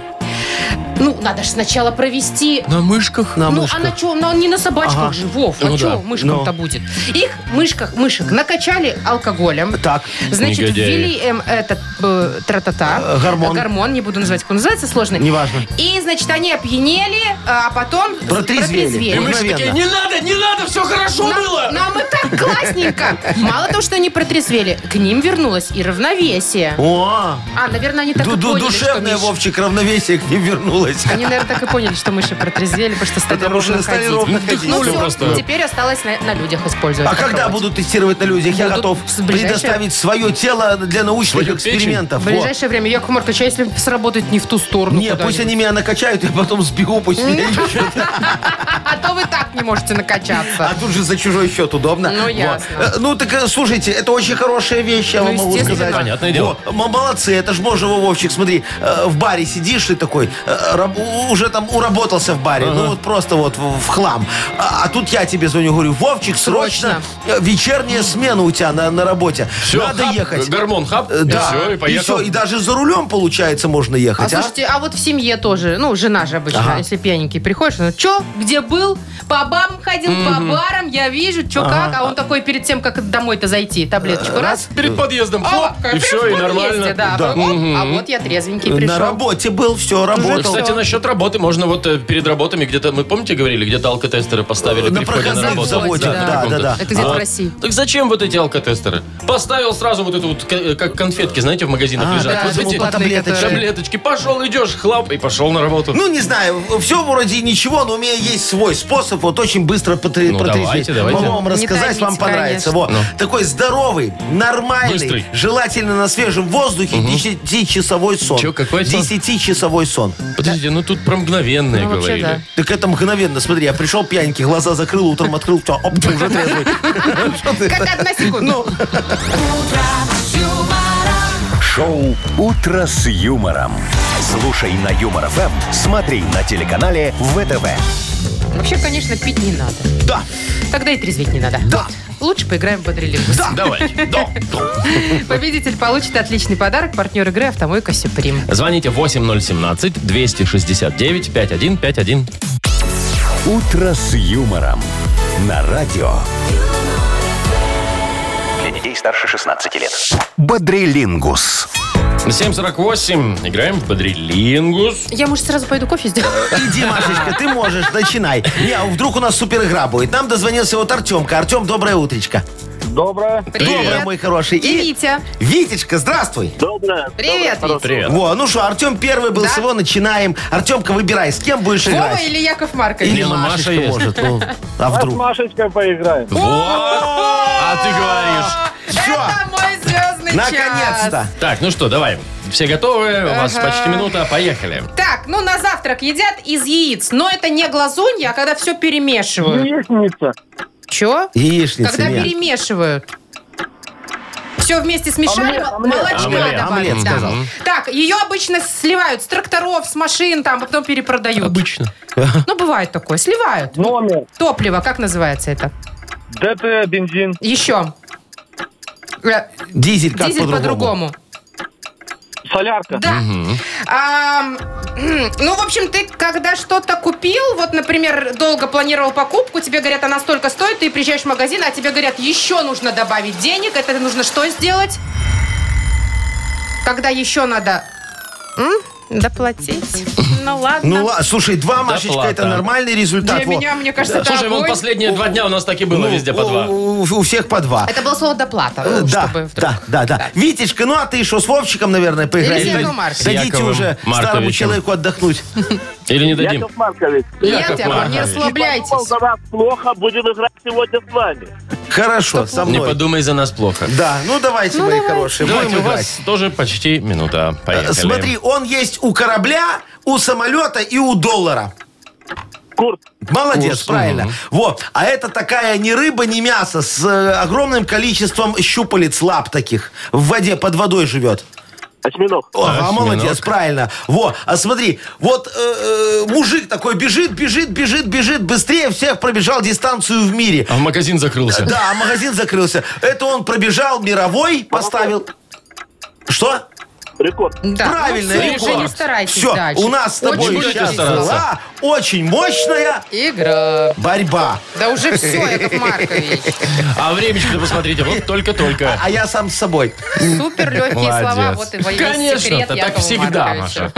[SPEAKER 3] Ну, надо же сначала провести...
[SPEAKER 2] На мышках?
[SPEAKER 4] На
[SPEAKER 3] ну, а
[SPEAKER 4] мышках.
[SPEAKER 3] на чем? Ну, он не на собачках
[SPEAKER 4] Ага.
[SPEAKER 3] же, Вов.
[SPEAKER 2] Ну
[SPEAKER 3] а что
[SPEAKER 2] да.
[SPEAKER 3] мышкам-то будет? Их мышках, мышек накачали алкоголем.
[SPEAKER 4] Так.
[SPEAKER 3] Значит,
[SPEAKER 2] Негодяи.
[SPEAKER 3] ввели им этот э, тра-та-та.
[SPEAKER 4] Э, гормон.
[SPEAKER 3] Гормон, не буду называть, как он называется, сложный.
[SPEAKER 4] Неважно.
[SPEAKER 3] И, значит, они опьянели, а потом...
[SPEAKER 4] Протрезвели.
[SPEAKER 2] И
[SPEAKER 3] Ну,
[SPEAKER 4] Мгновенно.
[SPEAKER 2] мыши такие, не надо, не надо, все хорошо было.
[SPEAKER 3] Нам, нам и так классненько. Мало того, что они протрезвели, к ним вернулось и равновесие.
[SPEAKER 4] О,
[SPEAKER 3] А, наверное, они так
[SPEAKER 4] ду-
[SPEAKER 3] и
[SPEAKER 4] ду-
[SPEAKER 3] поняли,
[SPEAKER 4] душевное,
[SPEAKER 3] что мыши-
[SPEAKER 4] Вовчик, равновесие к ним вернулось.
[SPEAKER 3] Они, наверное, так и поняли, что мыши протрезвели, потому что стали
[SPEAKER 4] Потому что
[SPEAKER 3] ровно
[SPEAKER 4] стали
[SPEAKER 3] ходить.
[SPEAKER 4] ровно
[SPEAKER 3] Ну,
[SPEAKER 4] ходить.
[SPEAKER 3] Ну
[SPEAKER 2] Ходили
[SPEAKER 3] все,
[SPEAKER 2] просто.
[SPEAKER 3] теперь осталось на, на людях использовать.
[SPEAKER 4] А когда
[SPEAKER 3] попробовать.
[SPEAKER 4] будут тестировать на людях? Я
[SPEAKER 3] Будут
[SPEAKER 4] готов
[SPEAKER 3] в ближайшее-
[SPEAKER 4] предоставить свое тело для научных
[SPEAKER 2] Свою печень?
[SPEAKER 4] экспериментов.
[SPEAKER 3] В
[SPEAKER 4] Во.
[SPEAKER 3] ближайшее время, Яков Маркович, а если сработает не в ту сторону?
[SPEAKER 4] Не, пусть
[SPEAKER 3] куда-нибудь?
[SPEAKER 4] они меня накачают, я потом сбегу, пусть меня ищут.
[SPEAKER 3] А то вы так не можете
[SPEAKER 4] А
[SPEAKER 3] накачаться.
[SPEAKER 4] тут же за чужой счет удобно.
[SPEAKER 3] Ну,
[SPEAKER 4] Во.
[SPEAKER 3] ясно.
[SPEAKER 4] Э, Ну, так э, слушайте, это очень хорошая вещь, я
[SPEAKER 3] Ну,
[SPEAKER 4] вам могу
[SPEAKER 3] естественно.
[SPEAKER 4] сказать.
[SPEAKER 2] Понятное дело.
[SPEAKER 4] Во, м- Молодцы, это ж можно, Вовчик, смотри, э, в баре сидишь ты такой, э, раб- уже там уработался в баре, ну вот просто вот в в хлам. А а тут я тебе звоню, говорю, Вовчик, срочно, э, вечерняя смена у тебя на на работе.
[SPEAKER 2] Всё,
[SPEAKER 4] Надо
[SPEAKER 2] хап,
[SPEAKER 4] ехать.
[SPEAKER 2] Гормон хап,
[SPEAKER 4] Э,
[SPEAKER 2] и
[SPEAKER 4] Да,
[SPEAKER 2] все, и поехал.
[SPEAKER 4] всё, и даже за рулем, получается, можно
[SPEAKER 3] А
[SPEAKER 4] ехать, а?
[SPEAKER 3] слушайте, а вот в семье тоже, ну, жена же обычно,
[SPEAKER 4] Ага.
[SPEAKER 3] если пьяненький приходишь, ну, чё, где был, по бабам ходил, по барам, я вижу, чё как, а он такой перед тем, как домой-то зайти, таблеточку
[SPEAKER 4] Э,
[SPEAKER 3] раз,
[SPEAKER 2] Перед подъездом,
[SPEAKER 3] а,
[SPEAKER 2] хлоп,
[SPEAKER 3] как
[SPEAKER 2] Э, и
[SPEAKER 3] раз
[SPEAKER 2] все,
[SPEAKER 3] в
[SPEAKER 2] и
[SPEAKER 3] подъезде,
[SPEAKER 2] нормально.
[SPEAKER 3] да,
[SPEAKER 4] Да.
[SPEAKER 3] оп, а вот я трезвенький
[SPEAKER 4] На
[SPEAKER 3] пришел.
[SPEAKER 4] работе был, все,
[SPEAKER 2] Вот,
[SPEAKER 4] работал.
[SPEAKER 2] Кстати, насчет работы, можно вот э, перед работами где-то, мы помните, говорили, где-то алкотестеры поставили
[SPEAKER 4] На
[SPEAKER 2] при входе на
[SPEAKER 4] проходных
[SPEAKER 2] работу?
[SPEAKER 4] заводе,
[SPEAKER 3] да,
[SPEAKER 4] да,
[SPEAKER 2] каком-то.
[SPEAKER 4] да, да.
[SPEAKER 3] Это где-то
[SPEAKER 2] Вот.
[SPEAKER 3] в России.
[SPEAKER 2] А, Так зачем вот эти алкотестеры? Поставил сразу вот эту вот, к- как конфетки, знаете, в магазинах
[SPEAKER 4] А,
[SPEAKER 2] лежат.
[SPEAKER 4] да,
[SPEAKER 2] вот
[SPEAKER 4] думал,
[SPEAKER 2] эти
[SPEAKER 4] по таблеточке.
[SPEAKER 2] таблеточки. Пошел, идешь, хлап, и пошел на работу.
[SPEAKER 4] Ну, не знаю, все вроде ничего, но у меня есть свой способ вот очень быстро потре-
[SPEAKER 2] Ну,
[SPEAKER 4] протрезветь.
[SPEAKER 2] давайте, давайте.
[SPEAKER 4] Могу вам
[SPEAKER 3] Не
[SPEAKER 4] рассказать,
[SPEAKER 3] томите,
[SPEAKER 4] вам понравится.
[SPEAKER 3] конечно.
[SPEAKER 4] Вот. Такой здоровый, нормальный,
[SPEAKER 2] Быстрый.
[SPEAKER 4] желательно на свежем воздухе, 10-часовой сон.
[SPEAKER 2] Чё, какой сон?
[SPEAKER 4] 10-часовой сон.
[SPEAKER 2] Подождите, ну тут про мгновенное
[SPEAKER 3] Ну, вообще,
[SPEAKER 2] говорили.
[SPEAKER 3] да.
[SPEAKER 4] Так это мгновенно, смотри, я пришел пьяненький, глаза закрыл, утром открыл, все, оп, ты уже трезвый. Что ты?
[SPEAKER 3] Как одна секунда.
[SPEAKER 4] Ну,
[SPEAKER 1] Шоу «Утро с юмором». Слушай на Юмор ФМ, смотри на телеканале ВТВ.
[SPEAKER 3] Вообще, конечно, пить не надо.
[SPEAKER 4] да,
[SPEAKER 3] Тогда и трезветь не надо.
[SPEAKER 4] Да.
[SPEAKER 3] Лучше поиграем в бодрелингус.
[SPEAKER 2] Давай. Да.
[SPEAKER 3] Победитель получит отличный подарок. Партнер игры «Автомойка Сюприм».
[SPEAKER 2] Звоните 8017-269-5151.
[SPEAKER 1] «Утро с юмором» на радио
[SPEAKER 5] Для детей старше 16 лет.
[SPEAKER 1] «Бодрилингус».
[SPEAKER 2] 748. Играем в Бодрилингус.
[SPEAKER 3] Я, может, сразу пойду кофе сделаю?
[SPEAKER 4] иди, Машечка, ты можешь, начинай. Не, а вдруг у нас супер игра будет. Нам дозвонился вот Артемка. Артем, доброе утречко.
[SPEAKER 6] Доброе.
[SPEAKER 4] Доброе, мой хороший.
[SPEAKER 3] И Витя.
[SPEAKER 4] Витечка, здравствуй.
[SPEAKER 6] Доброе.
[SPEAKER 3] Привет, Витя.
[SPEAKER 2] Привет.
[SPEAKER 4] Во, ну что, Артем первый был,
[SPEAKER 3] Да.
[SPEAKER 4] с его начинаем. Артемка, выбирай, с кем будешь
[SPEAKER 3] Вова
[SPEAKER 4] играть?
[SPEAKER 3] или Яков Маркович?
[SPEAKER 2] Или Маша есть.
[SPEAKER 4] может. ну, а
[SPEAKER 6] с
[SPEAKER 4] вдруг?
[SPEAKER 6] Машечкой поиграем.
[SPEAKER 2] Вот. А ты говоришь.
[SPEAKER 4] Всё.
[SPEAKER 3] Это мой звездный час.
[SPEAKER 4] Наконец-то.
[SPEAKER 2] Так, ну что, давай. Все готовы? У вас почти минута. Поехали.
[SPEAKER 3] Так, ну на завтрак едят из яиц, но это не глазунья, а когда все
[SPEAKER 4] Ну,
[SPEAKER 3] перемешивают.
[SPEAKER 6] Яичница.
[SPEAKER 3] Че?
[SPEAKER 4] Яичница,
[SPEAKER 3] Когда
[SPEAKER 4] нет.
[SPEAKER 3] перемешивают. Все вместе смешали,
[SPEAKER 6] Омлет, омлет.
[SPEAKER 3] молочка
[SPEAKER 2] Омлет,
[SPEAKER 3] добавить.
[SPEAKER 4] омлет
[SPEAKER 3] да.
[SPEAKER 4] сказал.
[SPEAKER 3] Так, ее обычно сливают с тракторов, с машин, там, а потом перепродают.
[SPEAKER 2] Обычно.
[SPEAKER 3] Ну, бывает такое, сливают.
[SPEAKER 6] Номер.
[SPEAKER 3] Топливо, как называется это?
[SPEAKER 6] ДТ, бензин.
[SPEAKER 3] Еще. Э,
[SPEAKER 4] Дизель как
[SPEAKER 3] Дизель
[SPEAKER 4] по-другому?
[SPEAKER 3] по-другому.
[SPEAKER 6] Солярка.
[SPEAKER 3] Да. Ам, ну, в общем, ты когда что-то купил, вот, например, долго планировал покупку, тебе говорят, она столько стоит, ты приезжаешь в магазин, а тебе говорят, еще нужно добавить денег, это нужно что сделать? Когда еще надо... М? Доплатить? Ну ладно.
[SPEAKER 4] Ну ладно, слушай, два, Машечка,
[SPEAKER 2] плата.
[SPEAKER 4] это нормальный результат.
[SPEAKER 3] Для
[SPEAKER 4] во.
[SPEAKER 3] меня, мне кажется, это
[SPEAKER 2] Слушай, вон
[SPEAKER 3] огонь.
[SPEAKER 2] последние два дня у нас так и было
[SPEAKER 4] Ну,
[SPEAKER 2] везде по
[SPEAKER 4] у-
[SPEAKER 2] два.
[SPEAKER 4] У, у всех по два.
[SPEAKER 3] Это было слово доплата.
[SPEAKER 4] Э,
[SPEAKER 3] ну,
[SPEAKER 4] Да,
[SPEAKER 3] чтобы вдруг-
[SPEAKER 4] да, да, да. Витечка, ну а ты что, с Вовчиком, наверное, поиграешь?
[SPEAKER 3] Или с Яковом
[SPEAKER 4] Дадите
[SPEAKER 2] Марковичем.
[SPEAKER 4] уже
[SPEAKER 2] Марковичем.
[SPEAKER 4] старому человеку отдохнуть.
[SPEAKER 2] Или не дадим?
[SPEAKER 7] Яков Маркович,
[SPEAKER 3] Нет,
[SPEAKER 2] Яков
[SPEAKER 3] Яков, не
[SPEAKER 2] Маркович.
[SPEAKER 3] расслабляйтесь.
[SPEAKER 7] думал, за вас плохо, будем играть сегодня с вами.
[SPEAKER 4] Хорошо, со
[SPEAKER 2] Не
[SPEAKER 4] мной.
[SPEAKER 2] подумай за нас плохо.
[SPEAKER 4] Да, ну давайте, мои хорошие,
[SPEAKER 2] Давайте,
[SPEAKER 4] будем
[SPEAKER 2] у
[SPEAKER 4] играть.
[SPEAKER 2] вас тоже почти минута. Поехали.
[SPEAKER 4] Э, Смотри, он есть у корабля, у самолета и у доллара.
[SPEAKER 7] Курс,
[SPEAKER 4] Молодец,
[SPEAKER 2] Курс,
[SPEAKER 4] правильно. Вот. А это такая не рыба, не мясо с э, огромным количеством щупалец, лап таких. В воде, под водой живет.
[SPEAKER 7] осьминог,
[SPEAKER 4] О,
[SPEAKER 2] Так,
[SPEAKER 4] а молодец,
[SPEAKER 2] осьминог.
[SPEAKER 4] правильно. Во, а смотри, вот э, э, мужик такой бежит, бежит, бежит, бежит, быстрее всех пробежал дистанцию в мире.
[SPEAKER 2] А в магазин закрылся.
[SPEAKER 4] Да, а магазин закрылся. Это он пробежал мировой, поставил. Что?
[SPEAKER 7] рекорд.
[SPEAKER 3] Да, ну
[SPEAKER 4] Правильно,
[SPEAKER 3] всё,
[SPEAKER 2] рекорд.
[SPEAKER 3] уже не старайтесь
[SPEAKER 4] Все,
[SPEAKER 3] дальше.
[SPEAKER 4] у нас с тобой
[SPEAKER 3] Очень
[SPEAKER 2] будете
[SPEAKER 4] сейчас
[SPEAKER 2] стараться.
[SPEAKER 4] была очень мощная
[SPEAKER 3] Игра.
[SPEAKER 4] борьба.
[SPEAKER 3] Да уже все, Яков Маркович.
[SPEAKER 2] А времечко-то посмотрите, вот только-только.
[SPEAKER 4] А я сам с собой.
[SPEAKER 3] Супер легкие
[SPEAKER 2] Молодец.
[SPEAKER 3] слова. Вот и весь
[SPEAKER 2] Конечно,
[SPEAKER 3] секрет
[SPEAKER 2] это так
[SPEAKER 3] Якова
[SPEAKER 2] всегда,
[SPEAKER 3] Марковича.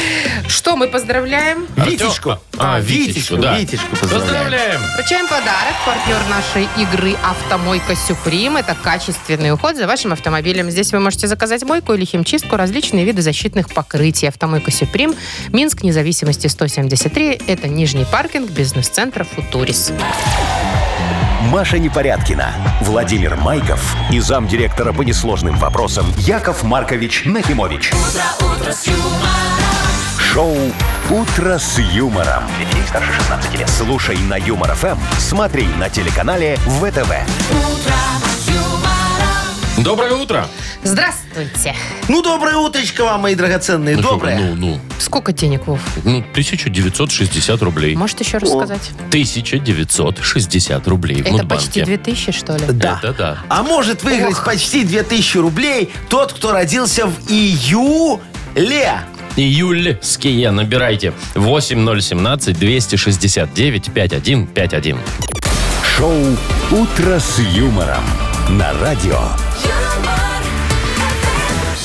[SPEAKER 3] Что, мы поздравляем?
[SPEAKER 4] Витечку.
[SPEAKER 2] А, Витечку, да.
[SPEAKER 4] Витечку поздравляю.
[SPEAKER 2] Поздравляем.
[SPEAKER 3] Вручаем подарок. Партнер нашей игры «Автомойка Сюприм». Это качественный уход за вашим автомобилем. Здесь вы можете заказать мойку или химчистку, различные виды защитных покрытий. «Автомойка Сюприм», Минск, независимости 173. Это Нижний паркинг, бизнес-центр «Футурис».
[SPEAKER 1] Маша Непорядкина, Владимир Майков и замдиректора по несложным вопросам Яков Маркович Нахимович. Шоу Утро с юмором.
[SPEAKER 5] Для детей старше 16 лет.
[SPEAKER 1] Слушай на Юмор ФМ, смотри на телеканале ВТВ.
[SPEAKER 2] Доброе утро.
[SPEAKER 3] Здравствуйте.
[SPEAKER 4] Ну, доброе утречко вам, мои драгоценные.
[SPEAKER 2] Ну что,
[SPEAKER 4] Доброе.
[SPEAKER 2] Ну, ну,
[SPEAKER 3] Сколько денег, Вов?
[SPEAKER 2] ну, 1960 рублей.
[SPEAKER 3] Может еще раз сказать?
[SPEAKER 2] 1960 рублей в
[SPEAKER 3] Это почти
[SPEAKER 2] Мудбанке.
[SPEAKER 3] 2000, что ли?
[SPEAKER 4] Да.
[SPEAKER 2] Это да.
[SPEAKER 4] А может выиграть почти 2000 рублей тот, кто родился в июле.
[SPEAKER 2] Июльские набирайте. 8017-269-5151.
[SPEAKER 1] Шоу Утро с юмором на радио.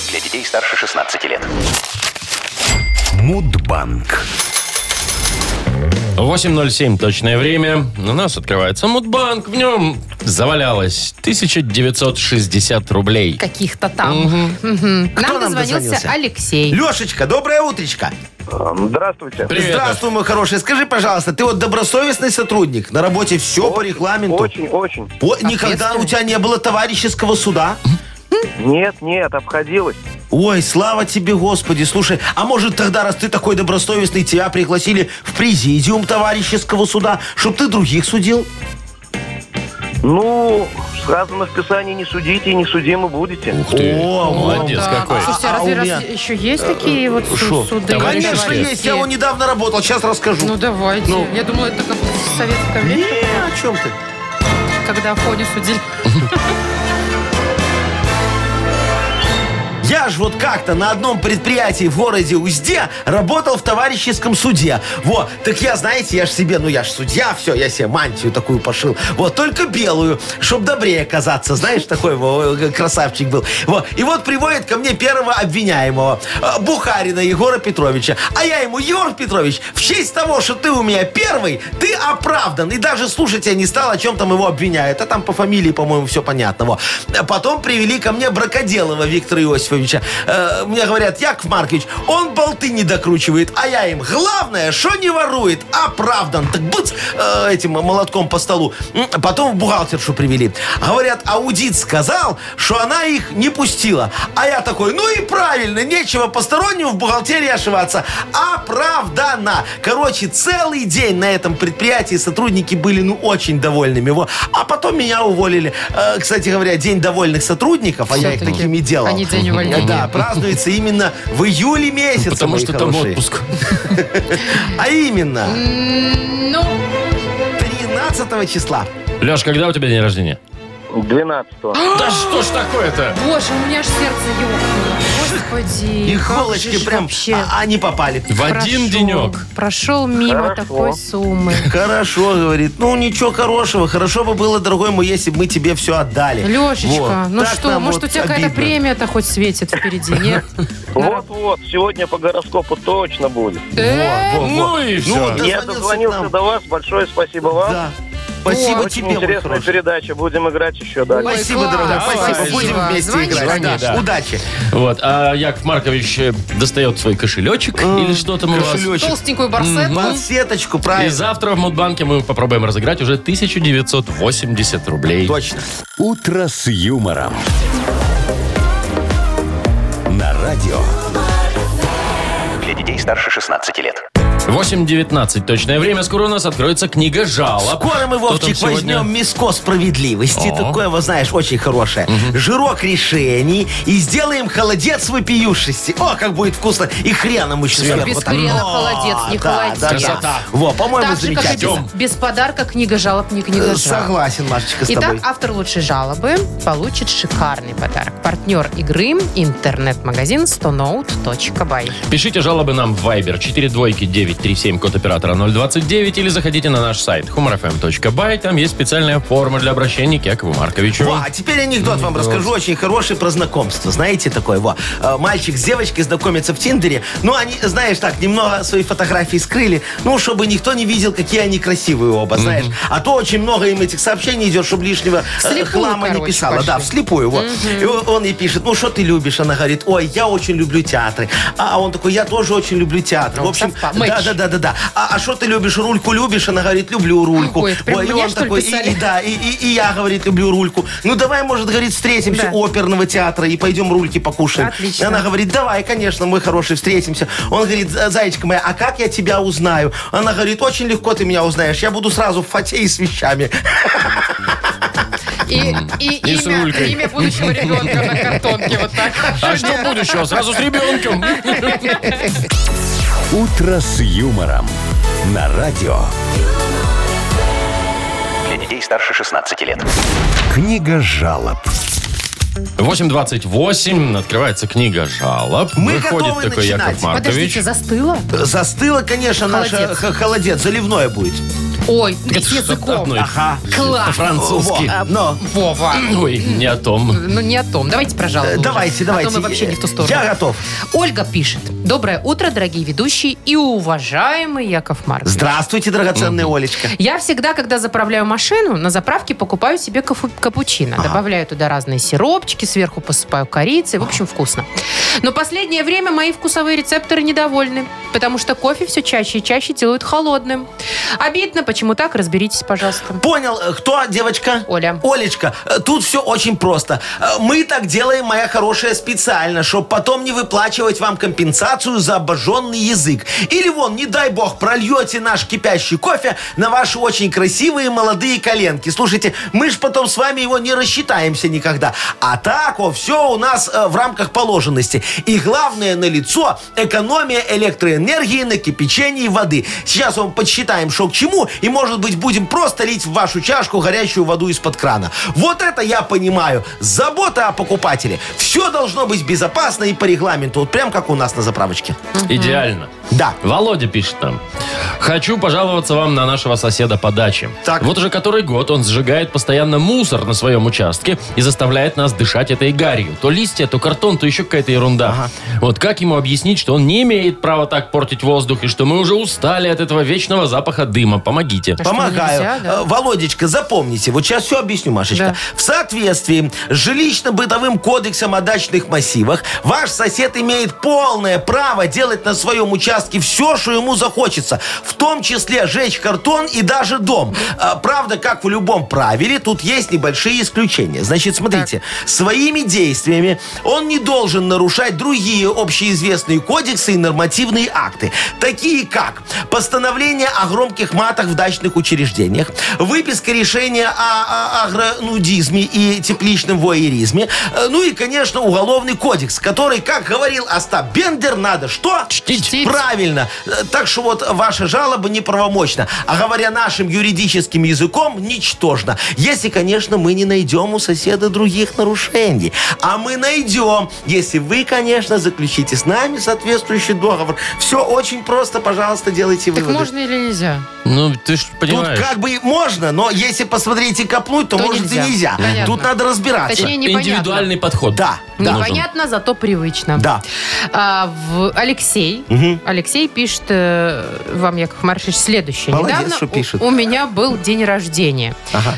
[SPEAKER 5] Для детей старше 16 лет.
[SPEAKER 1] Мудбанк.
[SPEAKER 2] 8.07 точное время. У нас открывается мудбанк. В нем завалялось 1960 рублей.
[SPEAKER 3] Каких-то там. Мгм. Нам
[SPEAKER 4] нам
[SPEAKER 3] дозвонился
[SPEAKER 4] дозвонился?
[SPEAKER 3] Алексей.
[SPEAKER 4] Лешечка, доброе утречко.
[SPEAKER 6] Здравствуйте.
[SPEAKER 2] Привет.
[SPEAKER 4] Здравствуй, мой хороший. Скажи, пожалуйста, ты вот добросовестный сотрудник? На работе все по регламенту?
[SPEAKER 7] Очень, очень.
[SPEAKER 4] О, никогда у тебя не было товарищеского суда?
[SPEAKER 7] Нет, нет, обходилось.
[SPEAKER 4] Ой, слава тебе, Господи. Слушай, а может тогда, раз ты такой добросовестный, тебя пригласили в президиум товарищеского суда, чтоб ты других судил?
[SPEAKER 7] Ну, сказано в Писании, не судите и не судимы будете.
[SPEAKER 2] Ух ты,
[SPEAKER 4] О,
[SPEAKER 2] молодец
[SPEAKER 3] Да.
[SPEAKER 2] какой.
[SPEAKER 3] Слушайте,
[SPEAKER 4] А-
[SPEAKER 3] а
[SPEAKER 4] а
[SPEAKER 3] разве
[SPEAKER 4] у меня- Э,
[SPEAKER 3] раз- еще есть такие вот су-
[SPEAKER 4] шо?
[SPEAKER 3] суды?
[SPEAKER 2] Товарищи?
[SPEAKER 4] Конечно, есть. Я его недавно работал. Сейчас расскажу.
[SPEAKER 3] Ну давайте.
[SPEAKER 4] Ну.
[SPEAKER 3] Я думала, это как в советское
[SPEAKER 4] Не,
[SPEAKER 3] время,
[SPEAKER 4] Э, о чем ты?
[SPEAKER 3] когда Фоню судили.
[SPEAKER 4] Я ж вот как-то на одном предприятии в городе Узде работал в товарищеском суде. Вот, так я, знаете, я ж себе, ну я ж судья, все, я себе мантию такую пошил. Вот, только белую, чтоб добрее казаться. Знаешь, такой во, э, красавчик был. Вот, и вот приводит ко мне первого обвиняемого, э, Бухарина Егора Петровича. А я ему, Егор Петрович, в честь того, что ты у меня первый, ты оправдан. И даже слушать я не стал, о чем там его обвиняют. А там по фамилии, по-моему, все понятно. Во. э, Потом привели ко мне Бракоделова Виктора Иосифовича. Э, мне говорят, Яков Маркович, он болты не докручивает, а я им, главное, что не ворует, оправдан. Так быц, э, этим молотком по столу. М, Потом в бухгалтершу привели. Говорят, аудит сказал, что она их не пустила. А я такой, ну и правильно, нечего постороннему в бухгалтерии ошиваться. Оправдано. Короче, целый день на этом предприятии сотрудники были, ну, очень довольными. Во. А потом меня уволили. Э, Кстати говоря, День довольных сотрудников, а я их
[SPEAKER 3] Всё-таки
[SPEAKER 4] такими делал.
[SPEAKER 3] они день увольнения.
[SPEAKER 4] Да, празднуется именно в июле месяце,
[SPEAKER 2] Потому
[SPEAKER 4] мои
[SPEAKER 2] что там
[SPEAKER 4] хорошие.
[SPEAKER 2] отпуск.
[SPEAKER 4] А именно,
[SPEAKER 3] М, Ну,
[SPEAKER 4] 13 числа.
[SPEAKER 2] Леш, когда у тебя день рождения?
[SPEAKER 7] Э,
[SPEAKER 6] 12-го.
[SPEAKER 3] А?
[SPEAKER 4] А!
[SPEAKER 2] Да что ж такое-то?
[SPEAKER 3] Боже, у меня аж сердце ёкнуло. Господи.
[SPEAKER 4] И
[SPEAKER 3] как же
[SPEAKER 4] холочки
[SPEAKER 3] ж
[SPEAKER 4] прям,
[SPEAKER 3] вообще
[SPEAKER 4] а, они попали.
[SPEAKER 2] В один денек.
[SPEAKER 3] Прошел мимо
[SPEAKER 6] Хорошо.
[SPEAKER 3] такой суммы.
[SPEAKER 4] Хорошо, говорит. Ну, ничего хорошего. Хорошо бы было, дорогой мой, если бы мы тебе все отдали.
[SPEAKER 3] Лешечка,
[SPEAKER 4] Вот.
[SPEAKER 3] ну
[SPEAKER 4] Так
[SPEAKER 3] что,
[SPEAKER 4] нам
[SPEAKER 3] может у
[SPEAKER 4] вот
[SPEAKER 3] тебя какая-то
[SPEAKER 4] обидно.
[SPEAKER 3] премия-то хоть светит впереди, нет?
[SPEAKER 6] Вот-вот, сегодня по гороскопу точно будет.
[SPEAKER 3] Э,
[SPEAKER 4] Во, во.
[SPEAKER 2] Ну и все.
[SPEAKER 4] вот- Дозвонился
[SPEAKER 6] Я
[SPEAKER 4] к
[SPEAKER 6] дозвонился
[SPEAKER 4] нам.
[SPEAKER 6] до вас, большое спасибо вам.
[SPEAKER 4] Да. Спасибо
[SPEAKER 6] Очень
[SPEAKER 4] тебе, мой
[SPEAKER 6] интересная
[SPEAKER 4] хороший.
[SPEAKER 6] передача, будем играть еще дальше.
[SPEAKER 4] Спасибо,
[SPEAKER 3] класс,
[SPEAKER 4] дорогой. Спасибо.
[SPEAKER 3] спасибо.
[SPEAKER 4] Будем вместе
[SPEAKER 3] Звони,
[SPEAKER 4] играть.
[SPEAKER 2] звони,
[SPEAKER 4] Да.
[SPEAKER 2] да.
[SPEAKER 4] Удачи.
[SPEAKER 2] Вот, а Яков Маркович э, достает свой кошелечек или что там у вас.
[SPEAKER 4] Кошелечек.
[SPEAKER 3] Толстенькую барсетку.
[SPEAKER 4] Бансеточку,
[SPEAKER 2] Ну, И
[SPEAKER 4] правильно.
[SPEAKER 2] завтра в Мудбанке мы попробуем разыграть уже 1980 рублей.
[SPEAKER 4] Точно.
[SPEAKER 1] «Утро с юмором». На радио.
[SPEAKER 5] Для детей старше 16 лет.
[SPEAKER 2] 8.19 точное время. Скоро у нас откроется книга жалоб.
[SPEAKER 4] Скоро мы,
[SPEAKER 2] Кто там
[SPEAKER 4] Вовчик,
[SPEAKER 2] сегодня?
[SPEAKER 4] возьмем миско справедливости.
[SPEAKER 2] О.
[SPEAKER 4] Такое, вот знаешь, очень хорошее. Жирок решений. И сделаем холодец вопиюшести. О, как будет вкусно. И хреном еще
[SPEAKER 2] Сверху.
[SPEAKER 4] сверху.
[SPEAKER 3] Без
[SPEAKER 4] там.
[SPEAKER 3] хрена
[SPEAKER 4] О,
[SPEAKER 3] холодец, не
[SPEAKER 4] да,
[SPEAKER 3] холодец.
[SPEAKER 4] да, да.
[SPEAKER 2] Красота.
[SPEAKER 4] Во, по-моему,
[SPEAKER 3] Так же, как и
[SPEAKER 4] замечательно. Э,
[SPEAKER 2] идем.
[SPEAKER 3] без, без подарка книга жалоб, не книга жалоб.
[SPEAKER 4] Согласен, Машечка, с
[SPEAKER 3] Итак,
[SPEAKER 4] тобой.
[SPEAKER 3] автор лучшей жалобы получит шикарный подарок. Партнер игры – интернет-магазин 100note.by.
[SPEAKER 2] Пишите жалобы нам в Viber 42937, код оператора 029, или заходите на наш сайт humorfm.by. Там есть специальная форма для обращения к Якову Марковичу.
[SPEAKER 4] Во, а теперь анекдот вам расскажу, очень хороший про знакомство. Знаете такой, во. Э, Мальчик с девочкой знакомятся в Тиндере, ну, они, знаешь, так, немного свои фотографии скрыли, ну, чтобы никто не видел, какие они красивые оба, знаешь. А то очень много им этих сообщений идет, чтобы лишнего э,
[SPEAKER 3] Вслепую,
[SPEAKER 4] хлама не
[SPEAKER 3] короче,
[SPEAKER 4] писала.
[SPEAKER 3] пошли.
[SPEAKER 4] Да, вслепую, вот. И он он ей пишет, ну, что ты любишь? Она говорит, ой, я очень люблю театры. А он такой, я тоже очень люблю театр. В
[SPEAKER 3] Вот
[SPEAKER 4] общем,
[SPEAKER 3] Ну, совпало. Мэтч.
[SPEAKER 4] да-да-да-да. А что ты любишь? Рульку любишь? Она говорит, люблю рульку.
[SPEAKER 3] Ой, это прям
[SPEAKER 4] и
[SPEAKER 3] мне,
[SPEAKER 4] он
[SPEAKER 3] что ли,
[SPEAKER 4] такой, и-
[SPEAKER 3] писали?
[SPEAKER 4] и да, и, и- и я, говорит, люблю рульку. Ну, давай, может, говорит, встретимся
[SPEAKER 3] Да.
[SPEAKER 4] у оперного театра и пойдем рульки покушаем.
[SPEAKER 3] Отлично.
[SPEAKER 4] Она говорит, давай, конечно, мой хороший, встретимся. Он говорит, «За- зайчка моя, а как я тебя узнаю? Она говорит, очень легко ты меня узнаешь. Я буду сразу в фате и с вещами.
[SPEAKER 3] И, и
[SPEAKER 2] И с
[SPEAKER 3] имя,
[SPEAKER 2] рулькой.
[SPEAKER 3] имя будущего ребенка на картонке вот так.
[SPEAKER 2] А что будущего? Сразу с ребенком.
[SPEAKER 1] «Утро с юмором». На радио.
[SPEAKER 5] Для детей старше 16 лет.
[SPEAKER 1] Книга жалоб.
[SPEAKER 2] 8.28. Открывается книга жалоб.
[SPEAKER 4] Мы
[SPEAKER 2] Выходит
[SPEAKER 4] готовы
[SPEAKER 2] такой
[SPEAKER 4] начинать.
[SPEAKER 2] Яков Маркович.
[SPEAKER 3] Подождите, застыла?
[SPEAKER 4] Застыло, конечно, наше
[SPEAKER 3] Холодец.
[SPEAKER 4] х- холодец. Заливное будет.
[SPEAKER 3] Ой,
[SPEAKER 2] Так это что-то
[SPEAKER 3] языком.
[SPEAKER 2] одно и
[SPEAKER 4] Ага.
[SPEAKER 3] Класс.
[SPEAKER 2] По-французски.
[SPEAKER 4] Во, а, но.
[SPEAKER 3] Вова.
[SPEAKER 2] Ой, не о том.
[SPEAKER 3] Ну, не о том. Давайте про жалобы
[SPEAKER 4] Э,
[SPEAKER 3] уже.
[SPEAKER 4] Давайте,
[SPEAKER 3] А
[SPEAKER 4] давайте.
[SPEAKER 3] то мы вообще не в ту сторону.
[SPEAKER 4] Я готов.
[SPEAKER 3] Ольга пишет. Доброе утро, дорогие ведущие и уважаемый Яков Маркович.
[SPEAKER 4] Здравствуйте, драгоценная Олечка.
[SPEAKER 3] Я всегда, когда заправляю машину, на заправке покупаю себе кафу- капучино. Добавляю туда разные сиропчики, сверху посыпаю корицей. В общем, вкусно. Но последнее время мои вкусовые рецепторы недовольны, потому что кофе все чаще и чаще делают холодным. Обидно, почему так? Разберитесь, пожалуйста.
[SPEAKER 4] Понял, э, кто девочка?
[SPEAKER 3] Оля.
[SPEAKER 4] Олечка, э, тут все очень просто. Э, Мы так делаем, моя хорошая, специально, чтобы потом не выплачивать вам компенсацию за обожженный язык. Или вон, не дай бог, прольете наш кипящий кофе на ваши очень красивые молодые коленки. Слушайте, мы ж потом с вами его не рассчитаемся никогда. А так, все у нас э, в рамках положенности. И главное на лицо экономия электроэнергии на кипячении воды. Сейчас вам подсчитаем, что к чему, и, может быть, будем просто лить в вашу чашку горячую воду из-под крана. Вот это я понимаю. Забота о покупателе. Все должно быть безопасно и по регламенту. Вот прям как у нас на заправочке.
[SPEAKER 2] Идеально.
[SPEAKER 4] Да.
[SPEAKER 2] Володя пишет нам. Хочу пожаловаться вам на нашего соседа по даче.
[SPEAKER 4] Так.
[SPEAKER 2] Вот уже который год он сжигает постоянно мусор на своем участке и заставляет нас дышать этой гарью. То листья, то картон, то еще какая-то ерунда. Вот как ему объяснить, что он не имеет права так портить воздух и что мы уже устали от этого вечного запаха дыма? Помогите.
[SPEAKER 3] А что,
[SPEAKER 4] Помогаю.
[SPEAKER 3] нельзя, да?
[SPEAKER 4] Э, Володечка, запомните, вот сейчас все объясню, Машечка.
[SPEAKER 3] Да.
[SPEAKER 4] В соответствии с жилищно-бытовым кодексом о дачных массивах, ваш сосед имеет полное право делать на своем участке все, что ему захочется, в том числе жечь картон и даже дом. А, Правда, как в любом правиле, тут есть небольшие исключения. Значит, смотрите, своими действиями он не должен нарушать другие общеизвестные кодексы и нормативные акты, такие как постановление о громких матах в дачных учреждениях, выписка решения о, о агронудизме и тепличном воеризме, э, ну и, конечно, уголовный кодекс, который, как говорил Остап Бендер, надо что?
[SPEAKER 2] Чтить.
[SPEAKER 4] Правильно. Э, Так что вот ваша жалоба неправомочна. А говоря нашим юридическим языком, ничтожно. Если, конечно, мы не найдем у соседа других нарушений. А мы найдем, если вы, конечно, заключите с нами соответствующий договор. Все очень просто, пожалуйста, делайте
[SPEAKER 3] Так
[SPEAKER 4] выводы.
[SPEAKER 3] можно или нельзя?
[SPEAKER 2] Ну, ты ж
[SPEAKER 4] Тут
[SPEAKER 2] понимаешь.
[SPEAKER 4] как бы и можно, но если посмотреть и копнуть, то,
[SPEAKER 3] То
[SPEAKER 4] может
[SPEAKER 3] нельзя.
[SPEAKER 4] и нельзя.
[SPEAKER 3] Понятно.
[SPEAKER 4] Тут надо разбираться.
[SPEAKER 3] Точнее, непонятно.
[SPEAKER 2] Индивидуальный подход.
[SPEAKER 4] Да, да.
[SPEAKER 2] нужен.
[SPEAKER 3] Непонятно, зато привычно.
[SPEAKER 4] Да.
[SPEAKER 3] А, в- Алексей. Алексей пишет э, вам, Яков Маркович, следующее.
[SPEAKER 4] Молодец,
[SPEAKER 3] Недавно
[SPEAKER 4] что
[SPEAKER 3] у-
[SPEAKER 4] пишет.
[SPEAKER 3] У, меня был день рождения.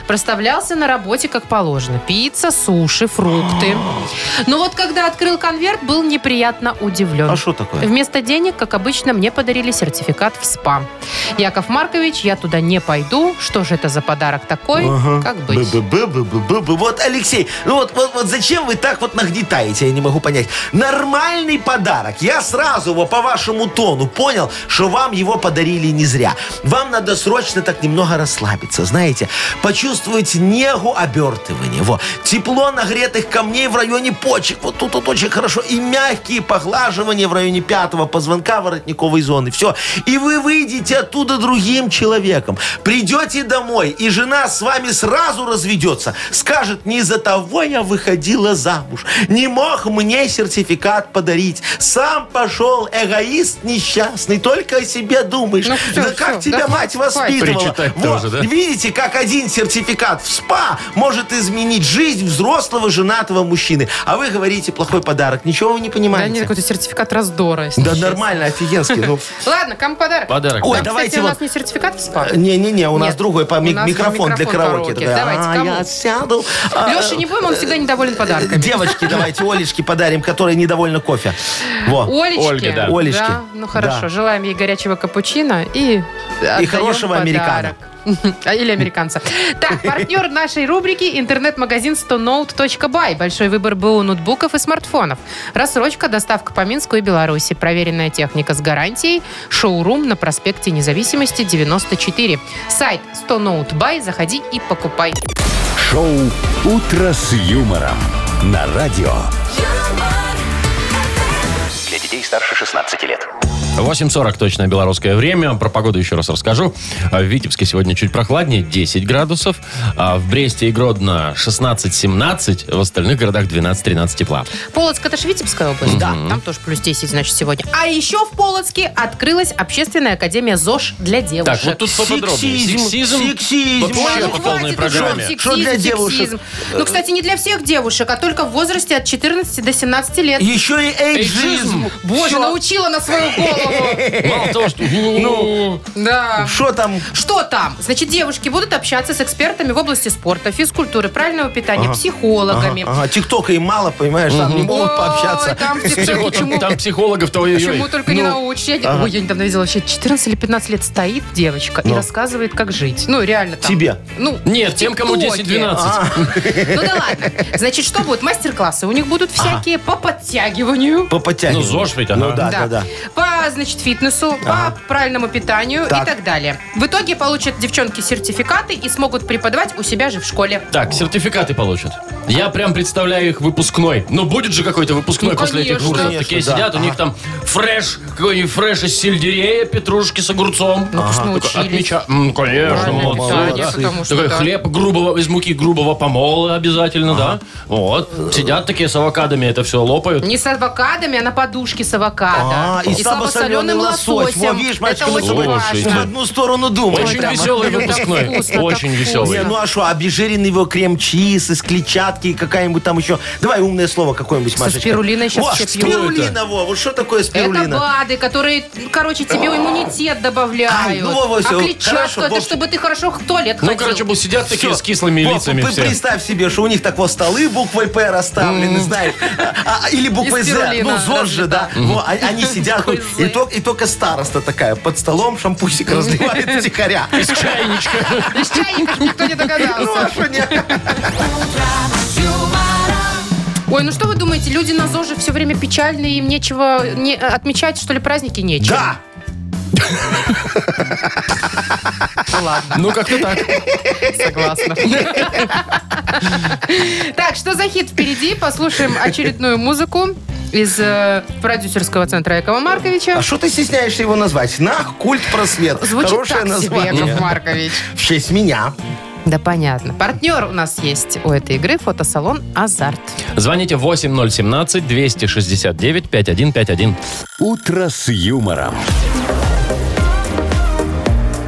[SPEAKER 3] Проставлялся на работе как положено. Пицца, суши, фрукты. Но вот когда открыл конверт, был неприятно удивлен.
[SPEAKER 4] А что такое?
[SPEAKER 3] Вместо денег, как обычно, мне подарили сертификат в СПА. Яков Маркович, я туда не пойду. Что же это за подарок такой? Как быть?
[SPEAKER 4] Б-б-б-б-б-б-б. Вот, Алексей, ну вот, вот, вот зачем вы так вот нагнетаете, я не могу понять. Нормальный подарок. Я сразу его по вашему тону понял, что вам его подарили не зря. Вам надо срочно так немного расслабиться, знаете. Почувствовать негу обертывания. Во. Тепло нагретых камней в районе почек. Вот тут вот очень хорошо. И мягкие поглаживания в районе пятого позвонка воротниковой зоны. Все. И вы выйдете оттуда другим человеком. Придете домой, и жена с вами сразу разведется. Скажет, не из-за того я выходила замуж. Не мог мне сертификат подарить. Сам пошел эгоист несчастный. Только о себе думаешь.
[SPEAKER 3] Ну всё,
[SPEAKER 4] да как
[SPEAKER 3] всё,
[SPEAKER 4] тебя
[SPEAKER 3] да
[SPEAKER 4] мать
[SPEAKER 3] хватит.
[SPEAKER 4] воспитывала?
[SPEAKER 2] Причитать-то
[SPEAKER 4] Вот,
[SPEAKER 2] уже, да?
[SPEAKER 4] Видите, как один сертификат в СПА может изменить жизнь взрослого женатого мужчины. А вы говорите, плохой подарок. Ничего вы не
[SPEAKER 3] Да не
[SPEAKER 4] понимаете.
[SPEAKER 3] какой-то сертификат раздора. если
[SPEAKER 4] Да
[SPEAKER 3] честно.
[SPEAKER 4] нормально, офигенский. ну.
[SPEAKER 3] Ладно, кому подарок?
[SPEAKER 2] Подарок.
[SPEAKER 4] Ой,
[SPEAKER 2] да.
[SPEAKER 4] давайте
[SPEAKER 3] Кстати, у
[SPEAKER 4] вот...
[SPEAKER 3] нас не сертификат в СПА.
[SPEAKER 4] Не-не-не, у нас
[SPEAKER 3] Нет,
[SPEAKER 4] другой по ми-
[SPEAKER 3] у нас
[SPEAKER 4] микрофон для
[SPEAKER 3] микрофон караоке.
[SPEAKER 4] караоке. Такой,
[SPEAKER 3] Давайте,
[SPEAKER 4] а,
[SPEAKER 3] кому?
[SPEAKER 4] я сяду. а, э,
[SPEAKER 3] Леша, не будем, он всегда недоволен подарками.
[SPEAKER 4] Девочки, давайте Олечке подарим, которая недовольна кофе. Во.
[SPEAKER 3] Олечки.
[SPEAKER 2] Ольга, да.
[SPEAKER 4] Олечке.
[SPEAKER 3] ну хорошо.
[SPEAKER 4] Да.
[SPEAKER 3] Желаем ей горячего капучино и отдаем
[SPEAKER 4] хорошего
[SPEAKER 3] подарок.
[SPEAKER 4] американо.
[SPEAKER 3] А, Или американца. Так, партнер нашей рубрики интернет-магазин 100note.by. Большой выбор БУ ноутбуков и смартфонов. Рассрочка, доставка по Минску и Беларуси. Проверенная техника с гарантией. Шоурум на проспекте Независимости 94. Сайт 100note.by. Заходи и покупай.
[SPEAKER 1] Шоу «Утро с юмором» на радио.
[SPEAKER 8] юмор,
[SPEAKER 5] Для детей старше 16 лет.
[SPEAKER 2] 8.40 точное белорусское время. Про погоду еще раз расскажу. А В Витебске сегодня чуть прохладнее, 10 градусов. А в Бресте и Гродно 16-17. В остальных городах 12-13 тепла.
[SPEAKER 3] Полоцк это же Витебская область. Да. Там тоже плюс 10, значит, сегодня. А еще в Полоцке открылась общественная академия ЗОЖ для девушек.
[SPEAKER 2] Так, вот тут
[SPEAKER 4] Сексизм,
[SPEAKER 2] поподробнее. Сексизм.
[SPEAKER 4] сексизм.
[SPEAKER 2] Вообще
[SPEAKER 4] Ой, ну
[SPEAKER 2] по полной
[SPEAKER 3] хватит уже
[SPEAKER 2] программе.
[SPEAKER 3] сексизм,
[SPEAKER 4] Что для девушек?
[SPEAKER 3] сексизм. Ну, кстати, не для всех девушек, а только в возрасте от 14 до 17 лет.
[SPEAKER 4] Еще и
[SPEAKER 2] Эйджизм.
[SPEAKER 4] эйджизм.
[SPEAKER 3] Боже, научила на свою голову.
[SPEAKER 2] Мало того, что... Ну,
[SPEAKER 3] Да.
[SPEAKER 4] Что там?
[SPEAKER 3] Что там? Значит, девушки будут общаться с экспертами в области спорта, физкультуры, правильного питания, психологами.
[SPEAKER 4] Ага, тиктока им мало, понимаешь, там не могут
[SPEAKER 3] Ой,
[SPEAKER 4] пообщаться.
[SPEAKER 3] там в ТикТоке чему
[SPEAKER 2] там психологов-то ой-ой-ой.
[SPEAKER 3] Почему
[SPEAKER 4] ну,
[SPEAKER 3] только не научишь? Я, не- Ой, я недавно видела, вообще 14 или 15 лет стоит девочка и рассказывает, как жить. Ну, реально там.
[SPEAKER 4] Ну. Тебе?
[SPEAKER 3] Ну,
[SPEAKER 2] Нет,
[SPEAKER 3] в
[SPEAKER 2] тем, кому
[SPEAKER 3] ТикТоке.
[SPEAKER 2] 10-12.
[SPEAKER 3] Ну да ладно. Значит, что будет? Мастер-классы. У них будут всякие по подтягиванию.
[SPEAKER 4] По подтягиванию.
[SPEAKER 2] Ну, ЗОЖ ведь,
[SPEAKER 4] Ну
[SPEAKER 2] ага.
[SPEAKER 4] да, да, да.
[SPEAKER 3] По, значит, фитнесу, по правильному питанию и
[SPEAKER 4] Так.
[SPEAKER 3] так далее. В итоге получат девчонки сертификаты и смогут преподавать у себя же в школе.
[SPEAKER 2] Так, сертификаты получат. Я прям представляю их выпускной. Ну, будет же какой-то выпускной
[SPEAKER 3] Ну,
[SPEAKER 2] после этих
[SPEAKER 3] конечно.
[SPEAKER 2] курсов.
[SPEAKER 4] Конечно,
[SPEAKER 2] Такие
[SPEAKER 4] да.
[SPEAKER 2] сидят, у них там фреш, какой-нибудь фреш из сельдерея, петрушки с огурцом.
[SPEAKER 3] Ну, пусть научились.
[SPEAKER 2] Отмеча... М, конечно,
[SPEAKER 3] Правильное
[SPEAKER 2] молодцы.
[SPEAKER 3] питание,
[SPEAKER 2] да.
[SPEAKER 3] потому что
[SPEAKER 2] Такой
[SPEAKER 3] да.
[SPEAKER 2] хлеб грубого, из муки грубого помола обязательно, да. Вот. Сидят такие с авокадами, это все лопают.
[SPEAKER 3] Не с авокадами, а на подушке с авокадо.
[SPEAKER 4] А, и слабосоленый лосось. Во, видишь,
[SPEAKER 3] Это
[SPEAKER 4] Машечка, ну,
[SPEAKER 3] очень
[SPEAKER 2] слушай,
[SPEAKER 3] важно.
[SPEAKER 2] ты-
[SPEAKER 4] в одну сторону думаешь.
[SPEAKER 2] Очень
[SPEAKER 4] прямо.
[SPEAKER 2] веселый
[SPEAKER 3] Прям
[SPEAKER 2] выпускной.
[SPEAKER 3] Ну, вкусно,
[SPEAKER 2] Очень
[SPEAKER 3] так
[SPEAKER 2] веселый.
[SPEAKER 4] Не,
[SPEAKER 3] вкусно.
[SPEAKER 4] ну а что, обезжиренный его крем-чиз из клетчатки и какая-нибудь там еще... Давай умное слово какое-нибудь,
[SPEAKER 3] Со
[SPEAKER 4] Машечка.
[SPEAKER 3] спирулиной щас
[SPEAKER 4] Во,
[SPEAKER 3] все пьют.
[SPEAKER 4] спирулина, во, вот что такое
[SPEAKER 3] Это
[SPEAKER 4] спирулина?
[SPEAKER 3] БАДы, которые, короче, тебе иммунитет добавляют.
[SPEAKER 4] Ай, ну, Вова,
[SPEAKER 3] а
[SPEAKER 4] всё, хорошо,
[SPEAKER 3] клетчатка, это
[SPEAKER 4] Вов.
[SPEAKER 3] чтобы ты хорошо в туалет
[SPEAKER 2] Ну,
[SPEAKER 3] ходил.
[SPEAKER 2] короче, бу- сидят такие
[SPEAKER 4] Всё.
[SPEAKER 2] с кислыми
[SPEAKER 4] Во,
[SPEAKER 2] лицами
[SPEAKER 4] ты
[SPEAKER 2] все.
[SPEAKER 4] Представь себе, что у них так вот столы буквой П расставлены, знаешь, А, а, или буквой
[SPEAKER 3] И
[SPEAKER 4] З,
[SPEAKER 3] спирулина
[SPEAKER 4] ну ЗОЖ же, да. Во, а- Они сидят,
[SPEAKER 3] Буквой
[SPEAKER 4] и
[SPEAKER 3] «З».
[SPEAKER 4] тол- и только староста такая под столом шампусик разливает втихаря.
[SPEAKER 2] Чайничка.
[SPEAKER 3] Из чайника А никто не
[SPEAKER 4] Ну, а
[SPEAKER 3] догадался.
[SPEAKER 4] что не-
[SPEAKER 3] Ой, ну что вы думаете, э, люди на ЗОЖе все время печальные, им нечего не, отмечать, что ли, праздники нечего?
[SPEAKER 4] Да,
[SPEAKER 3] Ладно,
[SPEAKER 2] Ну, как-то так.
[SPEAKER 3] согласна. Так, что за хит впереди? Послушаем очередную музыку из э, продюсерского центра Якова Марковича.
[SPEAKER 4] А что ты стесняешься его назвать? Нах, культ просвет.
[SPEAKER 3] Звучит
[SPEAKER 4] Хорошее
[SPEAKER 3] так
[SPEAKER 4] название.
[SPEAKER 3] себе, Яков Маркович.
[SPEAKER 4] В честь меня.
[SPEAKER 3] Да понятно. Партнер у нас есть у этой игры фотосалон «Азарт».
[SPEAKER 2] Звоните 8017-269-5151.
[SPEAKER 1] «Утро с юмором».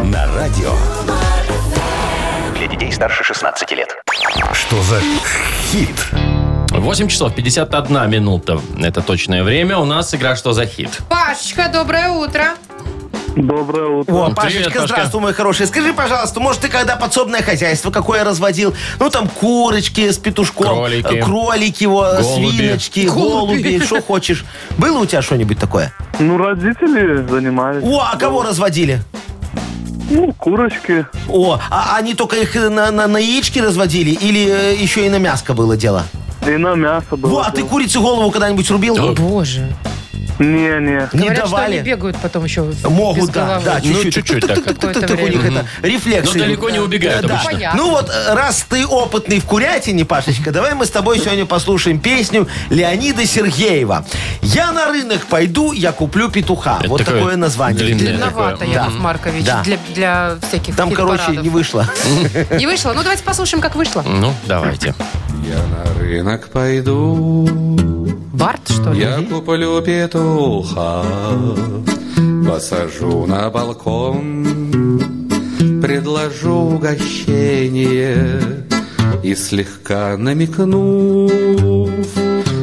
[SPEAKER 1] На радио.
[SPEAKER 5] Для детей старше 16 лет.
[SPEAKER 1] Что за хит?
[SPEAKER 2] 8 часов 51 минута. Это точное время. У нас игра «Что за хит?».
[SPEAKER 3] Пашечка, доброе утро.
[SPEAKER 7] Доброе утро.
[SPEAKER 4] О,
[SPEAKER 2] Привет,
[SPEAKER 4] Пашечка,
[SPEAKER 2] Пашка.
[SPEAKER 4] здравствуй, мой хороший. Скажи, пожалуйста, может, ты когда подсобное хозяйство какое разводил? Ну, там курочки с петушком,
[SPEAKER 2] Кролики.
[SPEAKER 4] э, кролики, его,
[SPEAKER 2] Голуби.
[SPEAKER 4] свиночки, голуби, что хочешь. Было у тебя что-нибудь такое?
[SPEAKER 7] Ну, родители занимались.
[SPEAKER 4] О, а кого разводили?
[SPEAKER 7] Ну, курочки.
[SPEAKER 4] О, а они только их на, на- на яички разводили или э, еще и на мяско было дело?
[SPEAKER 7] И на мясо было.
[SPEAKER 4] Во, а ты курице голову когда-нибудь рубил?
[SPEAKER 2] Да.
[SPEAKER 3] Боже.
[SPEAKER 7] Не-не.
[SPEAKER 4] Не
[SPEAKER 3] Говорят, что они
[SPEAKER 4] давали?
[SPEAKER 3] бегают потом еще в- без
[SPEAKER 4] Могут, да,
[SPEAKER 3] головы.
[SPEAKER 4] да,
[SPEAKER 2] Ну,
[SPEAKER 4] чуть-чуть.
[SPEAKER 2] чуть-чуть так.
[SPEAKER 4] Тык-тык-тык-тык-тык у них
[SPEAKER 3] Какое-то
[SPEAKER 4] это
[SPEAKER 2] Но
[SPEAKER 4] рефлексы.
[SPEAKER 2] Ну, далеко не убегают
[SPEAKER 4] Да, да.
[SPEAKER 2] обычно.
[SPEAKER 3] Понятно.
[SPEAKER 4] Ну вот, э, раз ты опытный в курятине, Пашечка, давай мы с тобой сегодня послушаем песню Леонида Сергеева. «Я на рынок пойду, я куплю петуха».
[SPEAKER 2] Это
[SPEAKER 4] вот
[SPEAKER 2] такое
[SPEAKER 4] такое, название.
[SPEAKER 2] длинное.
[SPEAKER 3] Длинновато,
[SPEAKER 2] Такое.
[SPEAKER 3] Яков
[SPEAKER 4] Да.
[SPEAKER 3] Маркович,
[SPEAKER 4] Да.
[SPEAKER 3] для, для всяких
[SPEAKER 4] Там, короче,
[SPEAKER 3] хит-парадов.
[SPEAKER 4] не вышло.
[SPEAKER 3] Не вышло. Ну, давайте послушаем, как вышло.
[SPEAKER 2] Ну, давайте.
[SPEAKER 8] Я на рынок пойду,
[SPEAKER 3] Барт, что ли?
[SPEAKER 8] я куплю петуха, посажу на балкон, предложу угощение и слегка намекнув,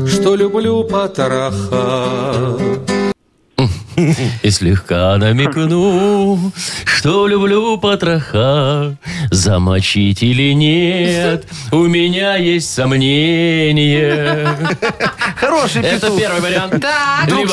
[SPEAKER 8] что люблю потроха.
[SPEAKER 2] И слегка намекну, что люблю потроха. Замочить или нет, у меня есть сомнения.
[SPEAKER 4] Хороший
[SPEAKER 2] Это
[SPEAKER 4] петух.
[SPEAKER 2] первый вариант.
[SPEAKER 3] Так.
[SPEAKER 2] Либо,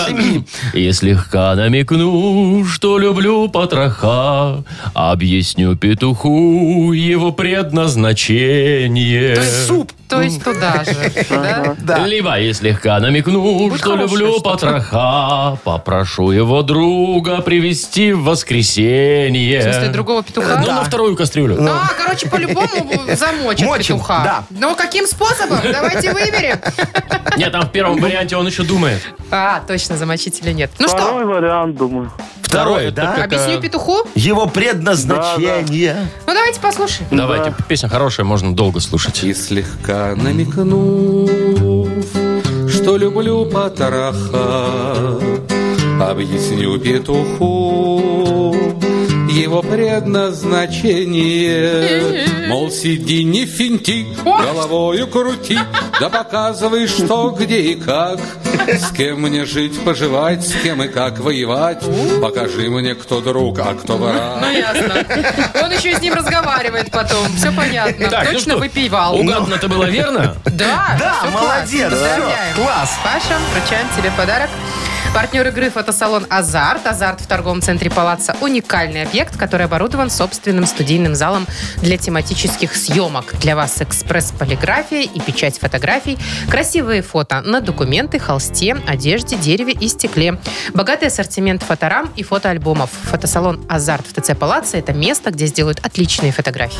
[SPEAKER 2] и слегка намекну, что люблю потроха, объясню петуху его предназначение.
[SPEAKER 4] Суп.
[SPEAKER 3] То есть туда же. да? Ну
[SPEAKER 4] Да.
[SPEAKER 2] Либо и слегка намекну,
[SPEAKER 3] Будет
[SPEAKER 2] что
[SPEAKER 3] хорошее
[SPEAKER 2] люблю
[SPEAKER 3] что-то.
[SPEAKER 2] потроха, попрошу его друга привести в воскресенье.
[SPEAKER 3] В смысле, другого петуха?
[SPEAKER 2] Ну, на вторую кастрюлю.
[SPEAKER 3] А, короче, по-любому замочат
[SPEAKER 4] Мочим,
[SPEAKER 3] петуха.
[SPEAKER 4] да.
[SPEAKER 3] Но каким способом? Давайте выберем.
[SPEAKER 2] Нет, там в первом варианте он еще думает.
[SPEAKER 3] А, точно, замочить или нет. Ну что,
[SPEAKER 7] Второй вариант, думаю.
[SPEAKER 4] Второй,
[SPEAKER 2] это как,
[SPEAKER 4] да?
[SPEAKER 3] объясню
[SPEAKER 2] э,
[SPEAKER 3] петуху?
[SPEAKER 4] Его предназначение.
[SPEAKER 3] Ну, давайте послушаем.
[SPEAKER 2] Давайте, песня хорошая, можно долго слушать.
[SPEAKER 8] И слегка намекнув, что люблю потроха, Объясню петуху его предназначение. Мол, сиди, не финти, головою крути, Да показывай, что, где и как, С кем мне жить, поживать, с кем и как воевать. Покажи мне, кто друг, а кто враг.
[SPEAKER 3] Ну, ясно. Он еще с ним разговаривает потом. Все понятно.
[SPEAKER 2] Так, ну
[SPEAKER 3] Точно
[SPEAKER 2] что,
[SPEAKER 3] выпивал.
[SPEAKER 2] Угадано-то было верно?
[SPEAKER 3] Да,
[SPEAKER 4] Да,
[SPEAKER 3] всё классно.
[SPEAKER 4] молодец,
[SPEAKER 3] Поздравляем.
[SPEAKER 4] всё, класс.
[SPEAKER 3] Паша, вручаем тебе подарок. Партнер игры «Фотосалон Азарт». «Азарт» в торговом центре «Палаца» – уникальный объект, который оборудован собственным студийным залом для тематических съемок. Для вас экспресс-полиграфия и печать фотографий, красивые фото на документы, холсте, одежде, дереве и стекле. Богатый ассортимент фоторам и фотоальбомов. Фотосалон «Азарт» в ТЦ «Палаца» – это место, где сделают отличные фотографии.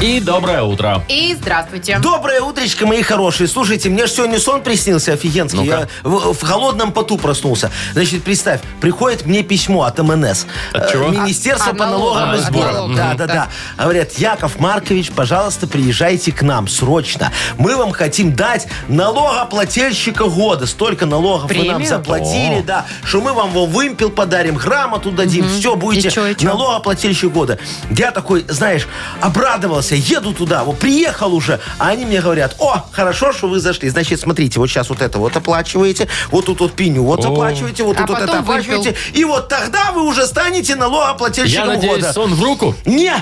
[SPEAKER 2] И доброе утро.
[SPEAKER 3] И здравствуйте.
[SPEAKER 4] Доброе утречко, мои хорошие. Слушайте, мне же сегодня сон приснился офигенский.
[SPEAKER 2] Ну-ка.
[SPEAKER 4] Я в, в холодном поту проснулся. Значит, представь, приходит мне письмо от МНС.
[SPEAKER 2] От
[SPEAKER 4] Э,
[SPEAKER 2] чего?
[SPEAKER 4] Министерство
[SPEAKER 3] От- от
[SPEAKER 4] по налогам и
[SPEAKER 3] налогов,
[SPEAKER 2] от
[SPEAKER 4] сборам.
[SPEAKER 2] налогов,
[SPEAKER 4] Да,
[SPEAKER 3] да.
[SPEAKER 4] да, да. Говорят, Яков Маркович, пожалуйста, приезжайте к нам срочно. Мы вам хотим дать налогоплательщика года. Столько налогов вы нам
[SPEAKER 3] Премию?
[SPEAKER 4] заплатили,
[SPEAKER 2] О.
[SPEAKER 4] да, что мы вам во вымпел подарим, грамоту дадим, все, будете
[SPEAKER 3] чё, и чё?
[SPEAKER 4] налогоплательщик года. Я такой, знаешь, обрадовался. договорился, еду туда, вот приехал уже, а они мне говорят, о, хорошо, что вы зашли, значит, смотрите, вот сейчас вот это вот оплачиваете, вот тут вот пеню вот оплачиваете, вот
[SPEAKER 3] А
[SPEAKER 4] тут вот это
[SPEAKER 3] потом
[SPEAKER 4] оплачиваете, и вот тогда вы уже станете
[SPEAKER 2] Я
[SPEAKER 4] налогоплательщиком
[SPEAKER 2] надеюсь,
[SPEAKER 4] года.
[SPEAKER 2] сон в руку.
[SPEAKER 4] Не,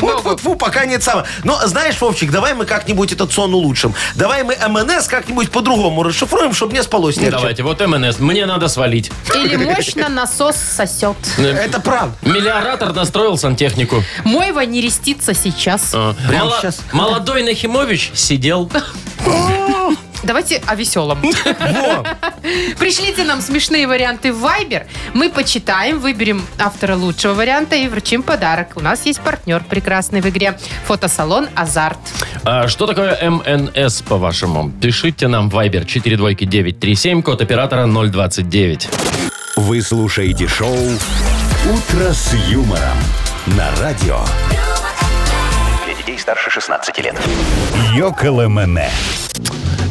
[SPEAKER 4] фу-фу-фу, пока нет самого. Но знаешь, Вовчик, давай мы как-нибудь этот сон улучшим. Давай мы МНС как-нибудь по-другому расшифруем, чтобы мне спалось легче.
[SPEAKER 2] Давайте, вот МНС, мне надо свалить.
[SPEAKER 3] Или мощно насос сосет.
[SPEAKER 4] Это правда.
[SPEAKER 2] Миллиоратор настроил сантехнику.
[SPEAKER 3] Мойва не рестится сейчас.
[SPEAKER 2] А,
[SPEAKER 4] Прямо
[SPEAKER 2] мало-
[SPEAKER 4] щас.
[SPEAKER 2] Молодой Нахимович сидел.
[SPEAKER 3] Давайте о веселом. Пришлите нам смешные варианты в Viber. Мы почитаем, выберем автора лучшего варианта и вручим подарок. У нас есть партнер прекрасный в игре. Фотосалон «Азарт».
[SPEAKER 2] А что такое МНС, по-вашему? Пишите нам в Viber 42937, код оператора 029.
[SPEAKER 1] Вы слушаете шоу «Утро с юмором» на радио
[SPEAKER 5] Для детей старше 16 лет.
[SPEAKER 1] «Йоколэмэне».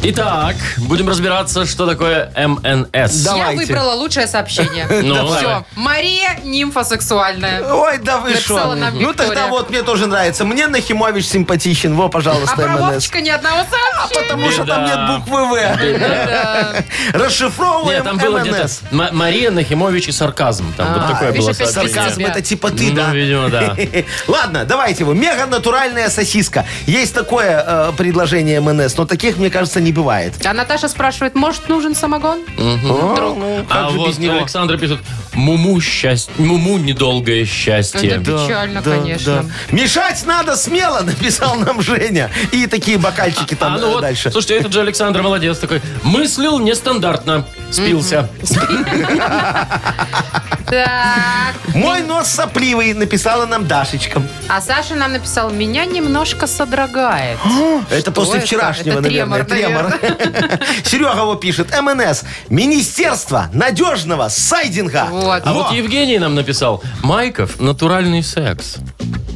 [SPEAKER 2] Итак, будем разбираться, что такое МНС.
[SPEAKER 4] Да.
[SPEAKER 3] Я
[SPEAKER 4] Давайте.
[SPEAKER 3] выбрала лучшее сообщение.
[SPEAKER 2] Ну,
[SPEAKER 3] Все.
[SPEAKER 2] давай.
[SPEAKER 3] Мария нимфа сексуальная.
[SPEAKER 4] Ой, да вы
[SPEAKER 3] Написала
[SPEAKER 4] шо.
[SPEAKER 3] нам
[SPEAKER 4] Ну
[SPEAKER 3] Виктория.
[SPEAKER 4] тогда вот мне тоже нравится. Мне Нахимович симпатичен. Во,
[SPEAKER 3] А
[SPEAKER 4] пожалуйста,
[SPEAKER 3] про
[SPEAKER 4] МНС.
[SPEAKER 3] Вовчика ни одного сообщения.
[SPEAKER 4] Потому что там
[SPEAKER 2] Беда.
[SPEAKER 4] нет буквы В.
[SPEAKER 2] Нет,
[SPEAKER 4] Расшифровываем
[SPEAKER 2] там было где-то
[SPEAKER 4] МНС.
[SPEAKER 2] М- Мария Нахимович и сарказм. Там вот
[SPEAKER 3] А,
[SPEAKER 2] такое
[SPEAKER 3] видишь,
[SPEAKER 2] было
[SPEAKER 3] опять
[SPEAKER 2] сообщение.
[SPEAKER 4] Сарказм
[SPEAKER 3] Тебя.
[SPEAKER 4] это типа ты,
[SPEAKER 2] Ну,
[SPEAKER 4] да?
[SPEAKER 2] видимо, да.
[SPEAKER 4] Ладно, давайте его. Мега натуральная сосиска. Есть такое э, предложение МНС, но таких, мне кажется, не бывает.
[SPEAKER 3] А Наташа спрашивает, может, нужен самогон?
[SPEAKER 4] Ну,
[SPEAKER 2] А вот Александр пишет, муму счастье, муму недолгое счастье.
[SPEAKER 3] Это печально,
[SPEAKER 4] Да,
[SPEAKER 3] Ну, конечно.
[SPEAKER 4] да. Мешать надо смело, написал нам Женя. И такие бокальчики там
[SPEAKER 2] А, ну
[SPEAKER 4] э,
[SPEAKER 2] вот,
[SPEAKER 4] дальше.
[SPEAKER 2] слушайте, этот же Александр молодец такой. Мыслил нестандартно. Спился.
[SPEAKER 3] Так.
[SPEAKER 4] Мой
[SPEAKER 2] ну
[SPEAKER 4] нос сопливый, написала нам Дашечка.
[SPEAKER 3] А Саша нам написал, меня немножко содрогает.
[SPEAKER 4] Это после
[SPEAKER 3] это?
[SPEAKER 4] вчерашнего,
[SPEAKER 3] Это
[SPEAKER 4] наверное.
[SPEAKER 3] тремор,
[SPEAKER 4] тремор. Серега его пишет. МНС. Министерство надежного сайдинга.
[SPEAKER 3] Вот.
[SPEAKER 2] А
[SPEAKER 4] Во.
[SPEAKER 2] вот Евгений нам написал. Майков, натуральный секс.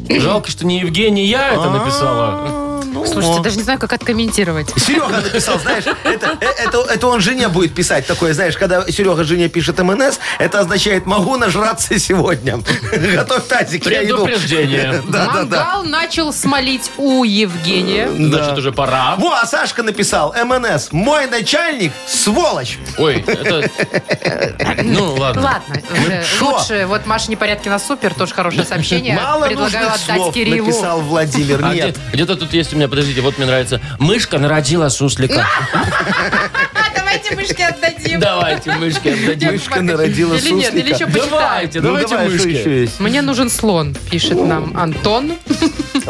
[SPEAKER 2] Жалко, что не Евгений, я это написала.
[SPEAKER 3] Слушайте, даже не знаю, как откомментировать.
[SPEAKER 4] Ну Серега написал, знаешь, это, э, это, это он жене будет писать такое, знаешь, когда Серега жене пишет МНС, это означает «могу нажраться сегодня». Готовь тазик, я иду.
[SPEAKER 2] Предупреждение.
[SPEAKER 4] Да, да, да.
[SPEAKER 3] Мангал начал смолить у Евгения.
[SPEAKER 2] Значит, уже пора.
[SPEAKER 4] Во, а Сашка написал МНС. Мой начальник – сволочь.
[SPEAKER 2] Ой, это... Ну, ладно.
[SPEAKER 3] Ладно, уже
[SPEAKER 4] шо?
[SPEAKER 3] лучше. Вот Маша Непорядкина супер, тоже хорошее сообщение.
[SPEAKER 4] Мало
[SPEAKER 3] Предлагаю
[SPEAKER 4] нужных
[SPEAKER 3] отдать
[SPEAKER 4] слов
[SPEAKER 3] Кириллу.
[SPEAKER 4] написал Владимир.
[SPEAKER 2] А
[SPEAKER 4] Нет.
[SPEAKER 2] где- то тут есть у меня, подождите, вот мне нравится. Мышка народила суслика.
[SPEAKER 3] А, давайте мышки отдадим.
[SPEAKER 2] Давайте мышки отдадим.
[SPEAKER 4] Мышка народила
[SPEAKER 3] Или нет, или
[SPEAKER 4] суслика.
[SPEAKER 3] еще почитаем.
[SPEAKER 2] Давайте,
[SPEAKER 4] Ну,
[SPEAKER 2] давайте
[SPEAKER 4] давай, что
[SPEAKER 2] мышки.
[SPEAKER 4] еще есть?
[SPEAKER 3] Мне нужен слон, пишет нам Антон.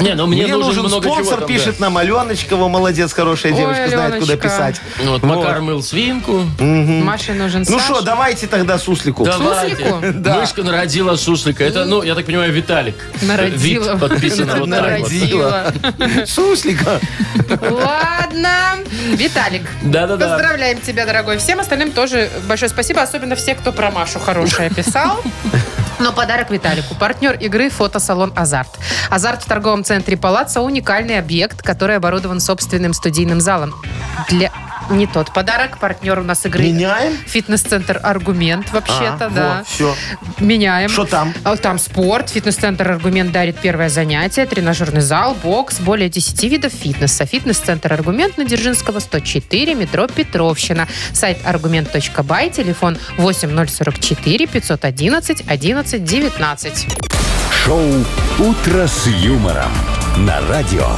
[SPEAKER 2] Не, ну мне,
[SPEAKER 4] Мне нужен
[SPEAKER 2] много чего
[SPEAKER 4] спонсор,
[SPEAKER 2] там, да.
[SPEAKER 4] пишет нам Аленочка. Во, молодец, хорошая
[SPEAKER 3] Ой,
[SPEAKER 4] девочка, знает, куда
[SPEAKER 3] Аленочка.
[SPEAKER 4] писать.
[SPEAKER 2] Ну, вот Макар мыл свинку.
[SPEAKER 3] Маше нужен
[SPEAKER 4] Ну
[SPEAKER 3] Саш.
[SPEAKER 4] что, давайте тогда суслику.
[SPEAKER 2] Давайте.
[SPEAKER 3] Суслику?
[SPEAKER 4] Да.
[SPEAKER 2] Мышка народила суслика. Это, ну, я так понимаю, Виталик.
[SPEAKER 3] Народила.
[SPEAKER 2] Вид подписано вот так вот.
[SPEAKER 3] Народила.
[SPEAKER 4] Суслика.
[SPEAKER 3] Ладно. Виталик,
[SPEAKER 2] Да-да-да.
[SPEAKER 3] Поздравляем тебя, дорогой. Всем остальным тоже большое спасибо, особенно все, кто про Машу хорошее писал. Но подарок Виталику. Партнер игры фотосалон «Азарт». «Азарт» в торговом центре «Палаца» – уникальный объект, который оборудован собственным студийным залом. Для... Не тот подарок, партнер у нас игры.
[SPEAKER 4] Меняем?
[SPEAKER 3] Фитнес-центр «Аргумент» вообще-то,
[SPEAKER 4] А,
[SPEAKER 3] да.
[SPEAKER 4] вот, всё.
[SPEAKER 3] Меняем.
[SPEAKER 4] Что там?
[SPEAKER 3] А, Там спорт, фитнес-центр «Аргумент» дарит первое занятие, тренажерный зал, бокс, более 10 видов фитнеса. Фитнес-центр «Аргумент» на Дзержинского, 104, метро Петровщина. Сайт «Аргумент.бай», телефон 8044 511 11 19.
[SPEAKER 1] Шоу «Утро с юмором» на радио.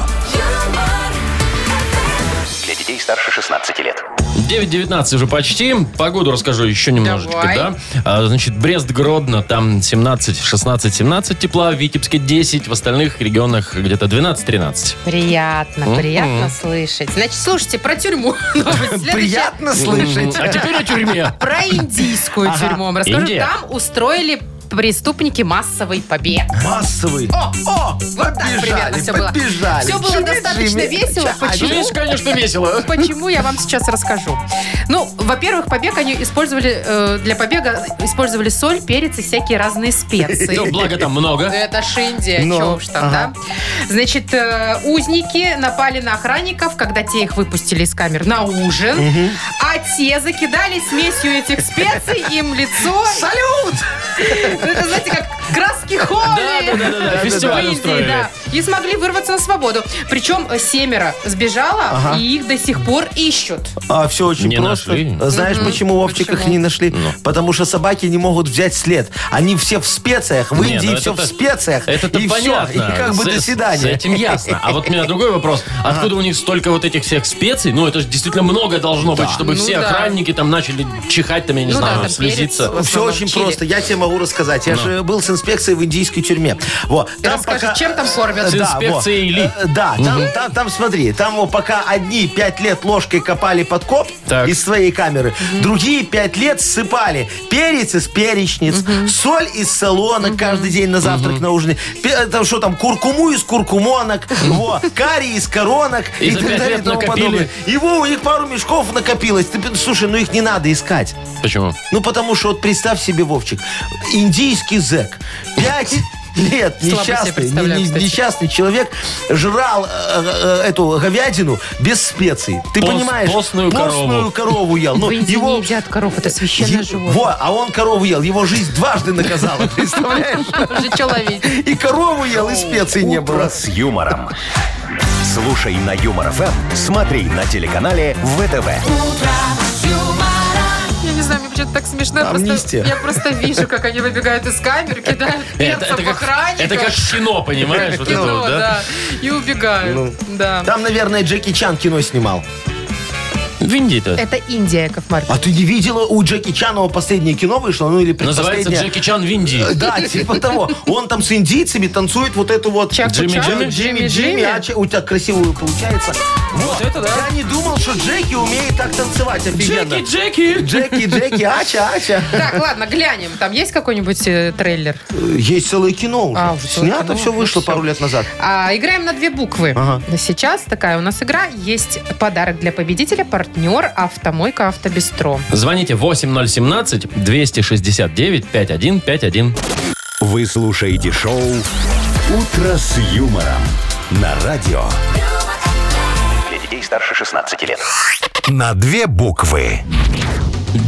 [SPEAKER 5] Для детей старше 16 лет.
[SPEAKER 2] 9.19 уже почти. Погоду расскажу еще немножечко,
[SPEAKER 3] Давай.
[SPEAKER 2] да? А, значит, Брест-Гродно, там 17, 16, 17 тепла, в Витебске 10, в остальных регионах где-то 12-13.
[SPEAKER 3] Приятно, приятно слышать. Значит, слушайте про тюрьму. Новость следующая.
[SPEAKER 4] Приятно слышать.
[SPEAKER 2] А теперь о тюрьме.
[SPEAKER 3] Про индийскую тюрьму вам расскажу.
[SPEAKER 2] Индия.
[SPEAKER 3] Там устроили преступники массовый побег.
[SPEAKER 4] Массовый.
[SPEAKER 3] О,
[SPEAKER 4] О,
[SPEAKER 3] Вот так примерно
[SPEAKER 4] побежали,
[SPEAKER 3] все было.
[SPEAKER 4] побежали.
[SPEAKER 3] Все было
[SPEAKER 4] Джимми,
[SPEAKER 3] достаточно
[SPEAKER 4] Джимми.
[SPEAKER 3] весело. Почему?
[SPEAKER 2] Здесь, конечно, весело.
[SPEAKER 3] Почему я вам сейчас расскажу? Ну, во-первых, побег они использовали э, для побега использовали соль, перец и всякие разные специи.
[SPEAKER 2] Ну, благо там много.
[SPEAKER 3] Это Шиндия,
[SPEAKER 4] Ну,
[SPEAKER 3] чё уж там,
[SPEAKER 4] ага.
[SPEAKER 3] да? Значит, э, узники напали на охранников, когда те их выпустили из камер на ужин, а те закидали смесью этих специй им лицо.
[SPEAKER 4] Салют!
[SPEAKER 3] Ну, Это, знаете, как Краски холи!
[SPEAKER 2] Да-да-да-да, фестиваль
[SPEAKER 3] В Индии,
[SPEAKER 2] устроили.
[SPEAKER 3] да. И смогли вырваться на свободу. Причем э, семеро сбежало, и их до сих пор ищут.
[SPEAKER 4] А все очень
[SPEAKER 2] Не
[SPEAKER 4] просто.
[SPEAKER 2] нашли? Ну.
[SPEAKER 4] Знаешь, почему Вовчик их
[SPEAKER 3] почему?
[SPEAKER 4] не нашли? Потому что собаки не могут взять след. Они все в специях. В
[SPEAKER 2] Не,
[SPEAKER 4] Индии
[SPEAKER 2] ну
[SPEAKER 4] все в
[SPEAKER 2] это-то-
[SPEAKER 4] специях.
[SPEAKER 2] Это-то
[SPEAKER 4] и
[SPEAKER 2] понятно.
[SPEAKER 4] все. И как бы
[SPEAKER 2] С-
[SPEAKER 4] до
[SPEAKER 2] С
[SPEAKER 4] свидания.
[SPEAKER 2] этим ясно. А вот у меня другой вопрос. Откуда у них столько вот этих всех специй? Ну, это же действительно много должно быть, чтобы
[SPEAKER 3] Ну
[SPEAKER 2] все
[SPEAKER 3] да.
[SPEAKER 2] охранники там начали чихать, там, я не
[SPEAKER 3] Ну да,
[SPEAKER 2] знаю,
[SPEAKER 3] там
[SPEAKER 2] слезиться.
[SPEAKER 3] перец. в
[SPEAKER 4] Все
[SPEAKER 3] основном
[SPEAKER 4] очень
[SPEAKER 3] чили.
[SPEAKER 4] просто. Я тебе могу рассказать. Я же был с инспекцией в индийской тюрьме. Вот.
[SPEAKER 3] Ты расскажешь, чем там кормят?
[SPEAKER 2] С
[SPEAKER 4] Да,
[SPEAKER 2] инспекцией
[SPEAKER 4] вот.
[SPEAKER 2] ли?
[SPEAKER 4] Э, Да, там, там, там смотри, там вот, пока одни пять лет ложкой копали подкоп
[SPEAKER 2] Так.
[SPEAKER 4] из своей камеры, другие пять лет ссыпали перец из перечниц, соль из солонок каждый день на завтрак, на ужин. Пе- э, Там что там, куркуму из куркумонок, вот, карри из коронок
[SPEAKER 2] И за пять лет накопили.
[SPEAKER 4] Его у них пару мешков накопилось. Ты, пи- слушай, ну их не надо искать.
[SPEAKER 2] Почему?
[SPEAKER 4] Ну, потому что вот представь себе, Вовчик, индийский зэк. Пять лет
[SPEAKER 3] Слабо себе
[SPEAKER 4] несчастный,
[SPEAKER 3] представляю,
[SPEAKER 4] не- не-
[SPEAKER 3] кстати.
[SPEAKER 4] несчастный человек жрал э, э, э, эту говядину без специй. Ты
[SPEAKER 2] Пост-
[SPEAKER 4] понимаешь?
[SPEAKER 2] постную корову.
[SPEAKER 4] Постную корову ел. Ну,
[SPEAKER 3] В Индии не
[SPEAKER 4] его...
[SPEAKER 3] едят коров, это священное
[SPEAKER 4] е-
[SPEAKER 3] животное.
[SPEAKER 4] Во, а он корову ел. Его жизнь дважды наказала, представляешь?
[SPEAKER 3] Уже что ловить?
[SPEAKER 4] И корову ел, и специй не
[SPEAKER 1] Утро
[SPEAKER 4] было.
[SPEAKER 1] с юмором. Слушай на Юмор ФМ, смотри на телеканале ВТВ.
[SPEAKER 3] Я не знаю, мне почему-то так смешно. Просто,
[SPEAKER 4] Амнистия.
[SPEAKER 3] я просто вижу, как они выбегают из камер, кидают перцем в
[SPEAKER 2] как,
[SPEAKER 3] охранников.
[SPEAKER 2] это как кино, понимаешь? Вот это
[SPEAKER 3] кино,
[SPEAKER 2] вот, да? Ну.
[SPEAKER 3] да. И убегают. да.
[SPEAKER 4] Там, наверное, Джеки Чан кино снимал.
[SPEAKER 2] В Индии-то.
[SPEAKER 3] Это Индия, Яков
[SPEAKER 4] А
[SPEAKER 3] Маркович.
[SPEAKER 4] ты не видела, у Джеки Чанова последнее кино вышло, ну или
[SPEAKER 2] Называется
[SPEAKER 4] предпоследнее?
[SPEAKER 2] Джеки Чан в Индии.
[SPEAKER 4] Да, типа того. Он там с индийцами танцует вот эту вот...
[SPEAKER 3] Чаку
[SPEAKER 2] Джимми,
[SPEAKER 3] Чаку,
[SPEAKER 2] Джимми,
[SPEAKER 4] Джимми, Джимми, а че- у тебя красивую получается.
[SPEAKER 2] Вот это да.
[SPEAKER 4] Я не думал, что Джеки умеет так танцевать офигенно.
[SPEAKER 2] Джеки, Джеки.
[SPEAKER 4] Джеки, Джеки, Ача, Ача.
[SPEAKER 3] Так, ладно, глянем. Там есть какой-нибудь э, трейлер?
[SPEAKER 4] Есть целое кино уже.
[SPEAKER 3] А, уже целое
[SPEAKER 4] Снято
[SPEAKER 3] кино,
[SPEAKER 4] все
[SPEAKER 3] ну
[SPEAKER 4] вышло
[SPEAKER 3] всё.
[SPEAKER 4] пару лет назад.
[SPEAKER 3] А, играем на две буквы.
[SPEAKER 4] Ага.
[SPEAKER 3] Сейчас такая у нас игра. Есть подарок для победителя. Партнер «Автомойка Автобестро».
[SPEAKER 2] Звоните 8017-269-5151.
[SPEAKER 1] Вы слушаете шоу «Утро с юмором» на радио.
[SPEAKER 5] Для детей старше 16 лет.
[SPEAKER 1] На две буквы.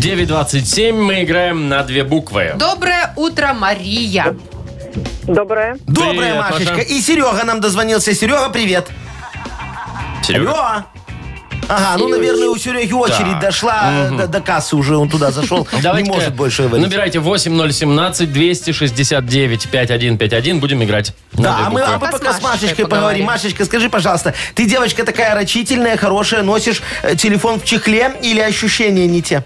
[SPEAKER 2] 9.27 мы играем на две буквы.
[SPEAKER 3] Доброе утро, Мария.
[SPEAKER 9] Доброе.
[SPEAKER 4] Добрая
[SPEAKER 2] Маша.
[SPEAKER 4] Машечка. И Серега нам дозвонился. Серега, привет.
[SPEAKER 2] Серега?
[SPEAKER 4] Алло. Ага, ну, наверное, у Сереги очередь дошла э, до, до кассы уже, он туда зашел, не
[SPEAKER 2] Давайте-ка
[SPEAKER 4] может больше говорить.
[SPEAKER 2] Набирайте 8017-269-5151. Будем играть. на две
[SPEAKER 4] Да, а мы,
[SPEAKER 2] буквы.
[SPEAKER 4] а мы
[SPEAKER 3] Пока
[SPEAKER 4] пока
[SPEAKER 3] с
[SPEAKER 4] с
[SPEAKER 3] Машечкой
[SPEAKER 4] Машечкой поговорим.
[SPEAKER 3] поговорим.
[SPEAKER 4] Машечка, скажи, пожалуйста, ты девочка такая рачительная, хорошая, носишь э, телефон в чехле или ощущения не те?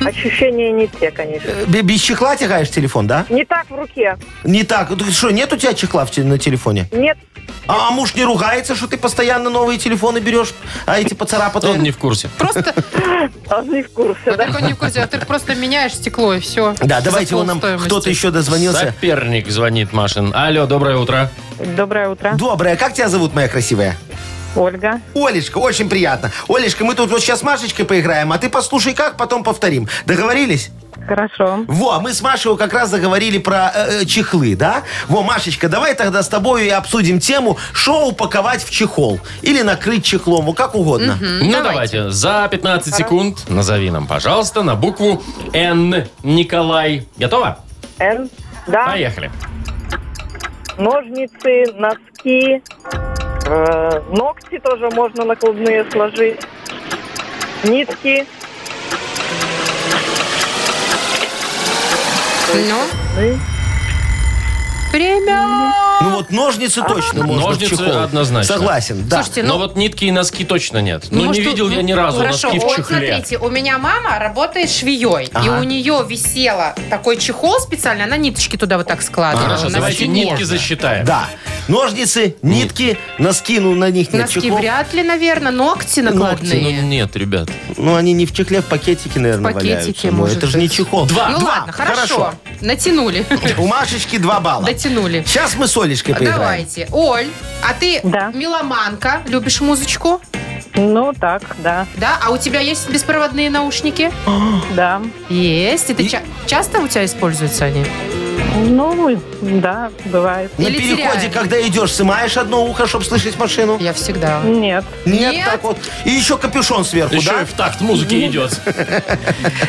[SPEAKER 9] Ощущения не те, конечно.
[SPEAKER 4] Э, бе- Без чехла тягаешь телефон, да?
[SPEAKER 9] Не так в руке.
[SPEAKER 4] Не так. Ты что, нет у тебя чехла в те- на телефоне?
[SPEAKER 9] Нет.
[SPEAKER 4] А, а муж не ругается, что ты постоянно новые телефоны берешь, а эти поцарапанные?
[SPEAKER 2] Он не в курсе.
[SPEAKER 3] Просто,
[SPEAKER 9] А не в курсе, да?
[SPEAKER 3] так он не в курсе, а ты просто меняешь стекло и все.
[SPEAKER 4] Да, давайте он нам кто-то еще дозвонился.
[SPEAKER 2] Соперник звонит Машин. Алло, доброе утро.
[SPEAKER 9] Доброе утро.
[SPEAKER 4] Добрая, как тебя зовут, моя красивая?
[SPEAKER 9] Ольга.
[SPEAKER 4] Олечка, очень приятно. Олечка, мы тут вот сейчас с Машечкой поиграем, а ты послушай как, потом повторим. Договорились?
[SPEAKER 9] Хорошо.
[SPEAKER 4] Во, мы с Машей как раз заговорили про э, э, чехлы, да? Во, Машечка, давай тогда с тобой и обсудим тему, что упаковать в чехол или накрыть чехлом, вот как угодно.
[SPEAKER 2] Ну, давайте. За 15 секунд назови нам, пожалуйста, на букву Н. Николай. Готово?
[SPEAKER 9] Н. Да.
[SPEAKER 2] Поехали.
[SPEAKER 9] Ножницы, носки. э, ногти тоже можно накладные сложить. Нитки.
[SPEAKER 3] Ну, время.
[SPEAKER 4] Ну вот ножницы точно можно
[SPEAKER 2] Ножницы
[SPEAKER 4] в чехол.
[SPEAKER 2] однозначно.
[SPEAKER 4] Согласен, да.
[SPEAKER 3] А, Слушайте,
[SPEAKER 2] Но
[SPEAKER 3] ну,
[SPEAKER 2] вот нитки и носки точно нет. Ну, не
[SPEAKER 3] может,
[SPEAKER 2] видел
[SPEAKER 3] у-
[SPEAKER 2] я ни разу
[SPEAKER 3] Хорошо,
[SPEAKER 2] носки в
[SPEAKER 3] вот
[SPEAKER 2] чехле.
[SPEAKER 3] смотрите, у меня мама работает швеей, и
[SPEAKER 4] Ага.
[SPEAKER 3] у нее висела такой чехол специально, она ниточки туда вот так складывала.
[SPEAKER 2] Хорошо,
[SPEAKER 3] Носки
[SPEAKER 2] давайте
[SPEAKER 3] нет.
[SPEAKER 2] нитки засчитаем.
[SPEAKER 4] Да. Ножницы, нитки, носки, ну на них нет
[SPEAKER 3] Носки
[SPEAKER 4] чехлов.
[SPEAKER 3] вряд ли, наверное,
[SPEAKER 2] Ногти,
[SPEAKER 3] ногти
[SPEAKER 2] ну
[SPEAKER 3] накладные.
[SPEAKER 2] нет, ребят.
[SPEAKER 4] Ну они не в чехле, в пакетике, наверное,
[SPEAKER 3] В пакетике,
[SPEAKER 4] валяются. Ну,
[SPEAKER 3] может
[SPEAKER 4] это же не
[SPEAKER 3] быть.
[SPEAKER 4] чехол.
[SPEAKER 2] Два.
[SPEAKER 3] Ну
[SPEAKER 4] А, Два.
[SPEAKER 3] ладно, хорошо. Натянули.
[SPEAKER 4] У Машечки два балла.
[SPEAKER 3] Дотянули.
[SPEAKER 4] Сейчас мы с Олечкой поиграем.
[SPEAKER 3] Давайте. Оль, а ты
[SPEAKER 9] Да.
[SPEAKER 3] меломанка, любишь музычку?
[SPEAKER 9] Ну, так, да,
[SPEAKER 3] Да? А у тебя есть беспроводные наушники?
[SPEAKER 9] да.
[SPEAKER 3] Есть. И ты ча- часто у тебя используются они?
[SPEAKER 9] Ну, да, бывает.
[SPEAKER 4] На
[SPEAKER 3] Или
[SPEAKER 4] переходе,
[SPEAKER 3] теряем.
[SPEAKER 4] когда идешь, сымаешь одно ухо, чтобы слышать машину?
[SPEAKER 3] Я всегда.
[SPEAKER 9] Нет.
[SPEAKER 4] Нет,
[SPEAKER 3] Нет.
[SPEAKER 4] так вот. И еще капюшон сверху,
[SPEAKER 2] Еще
[SPEAKER 4] да?
[SPEAKER 2] и в такт музыки идет.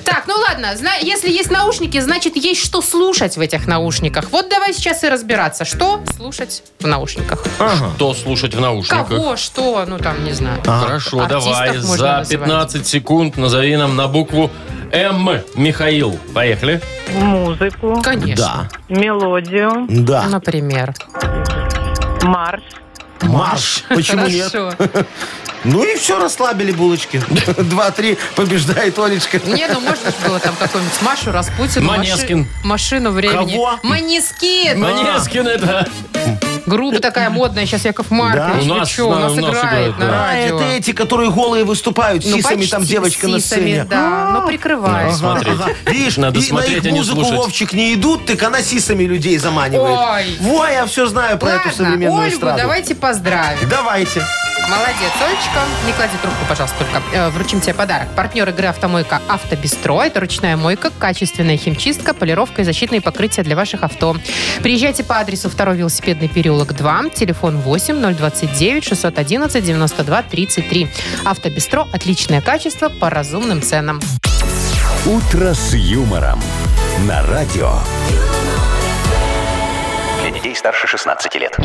[SPEAKER 3] Так, ну ладно, зна- если есть наушники, значит, есть что слушать в этих наушниках. Вот давай сейчас и разбираться, что слушать в наушниках.
[SPEAKER 2] Что слушать в наушниках?
[SPEAKER 3] Кого, что, ну там, не знаю.
[SPEAKER 4] А,
[SPEAKER 2] Хорошо,
[SPEAKER 3] Артистов
[SPEAKER 2] давай.
[SPEAKER 3] можно
[SPEAKER 2] За
[SPEAKER 3] называть.
[SPEAKER 2] 15 секунд назови нам на букву М. Михаил. Поехали.
[SPEAKER 9] Музыку,
[SPEAKER 3] Конечно.
[SPEAKER 4] Да, А.
[SPEAKER 9] мелодию,
[SPEAKER 3] Ну,
[SPEAKER 4] да.
[SPEAKER 3] Например.
[SPEAKER 9] марш.
[SPEAKER 4] Марш. Почему нет?
[SPEAKER 3] Хорошо.
[SPEAKER 4] Ну и все, расслабили булочки. Два-три, побеждает Олечка.
[SPEAKER 3] Не, ну можно же было там какую-нибудь Машу Распутину.
[SPEAKER 2] Манескин.
[SPEAKER 3] маши- Машину времени.
[SPEAKER 4] Кого?
[SPEAKER 3] Манескин. А,
[SPEAKER 2] Манескин это.
[SPEAKER 3] Группа такая модная, сейчас Яков Маркович.
[SPEAKER 2] Да?
[SPEAKER 3] Вы
[SPEAKER 2] У нас-
[SPEAKER 3] чё, у
[SPEAKER 2] на-
[SPEAKER 3] нас
[SPEAKER 2] у нас
[SPEAKER 3] играет
[SPEAKER 2] играют,
[SPEAKER 3] на
[SPEAKER 2] да.
[SPEAKER 4] А,
[SPEAKER 3] радио.
[SPEAKER 4] это эти, которые голые выступают, с
[SPEAKER 3] Ну,
[SPEAKER 4] сисами,
[SPEAKER 3] почти
[SPEAKER 4] там девочка на
[SPEAKER 3] сисами,
[SPEAKER 4] сцене.
[SPEAKER 3] да, но прикрывает.
[SPEAKER 2] смотреть.
[SPEAKER 4] Видишь,
[SPEAKER 2] Надо
[SPEAKER 4] и
[SPEAKER 2] смотреть, а
[SPEAKER 4] на их
[SPEAKER 2] не
[SPEAKER 4] музыку
[SPEAKER 2] слушать.
[SPEAKER 4] Вовчик не идут, так она сисами людей заманивает.
[SPEAKER 3] Ой.
[SPEAKER 4] Во, я все знаю про эту
[SPEAKER 3] Ладно,
[SPEAKER 4] современную
[SPEAKER 3] Ольгу
[SPEAKER 4] эстраду.
[SPEAKER 3] давайте поздравим.
[SPEAKER 4] Давайте.
[SPEAKER 3] Молодец, Олечка. Не клади трубку, пожалуйста, только. Э, Вручим тебе подарок. Партнер игры «Автомойка Автобестро». Это ручная мойка, качественная химчистка, полировка и защитные покрытия для ваших авто. Приезжайте по адресу 2 велосипедный переулок 2, телефон 8 029 611 92 33. «Автобестро» – отличное качество по разумным ценам.
[SPEAKER 1] «Утро с юмором» на радио.
[SPEAKER 5] Для детей старше 16 лет.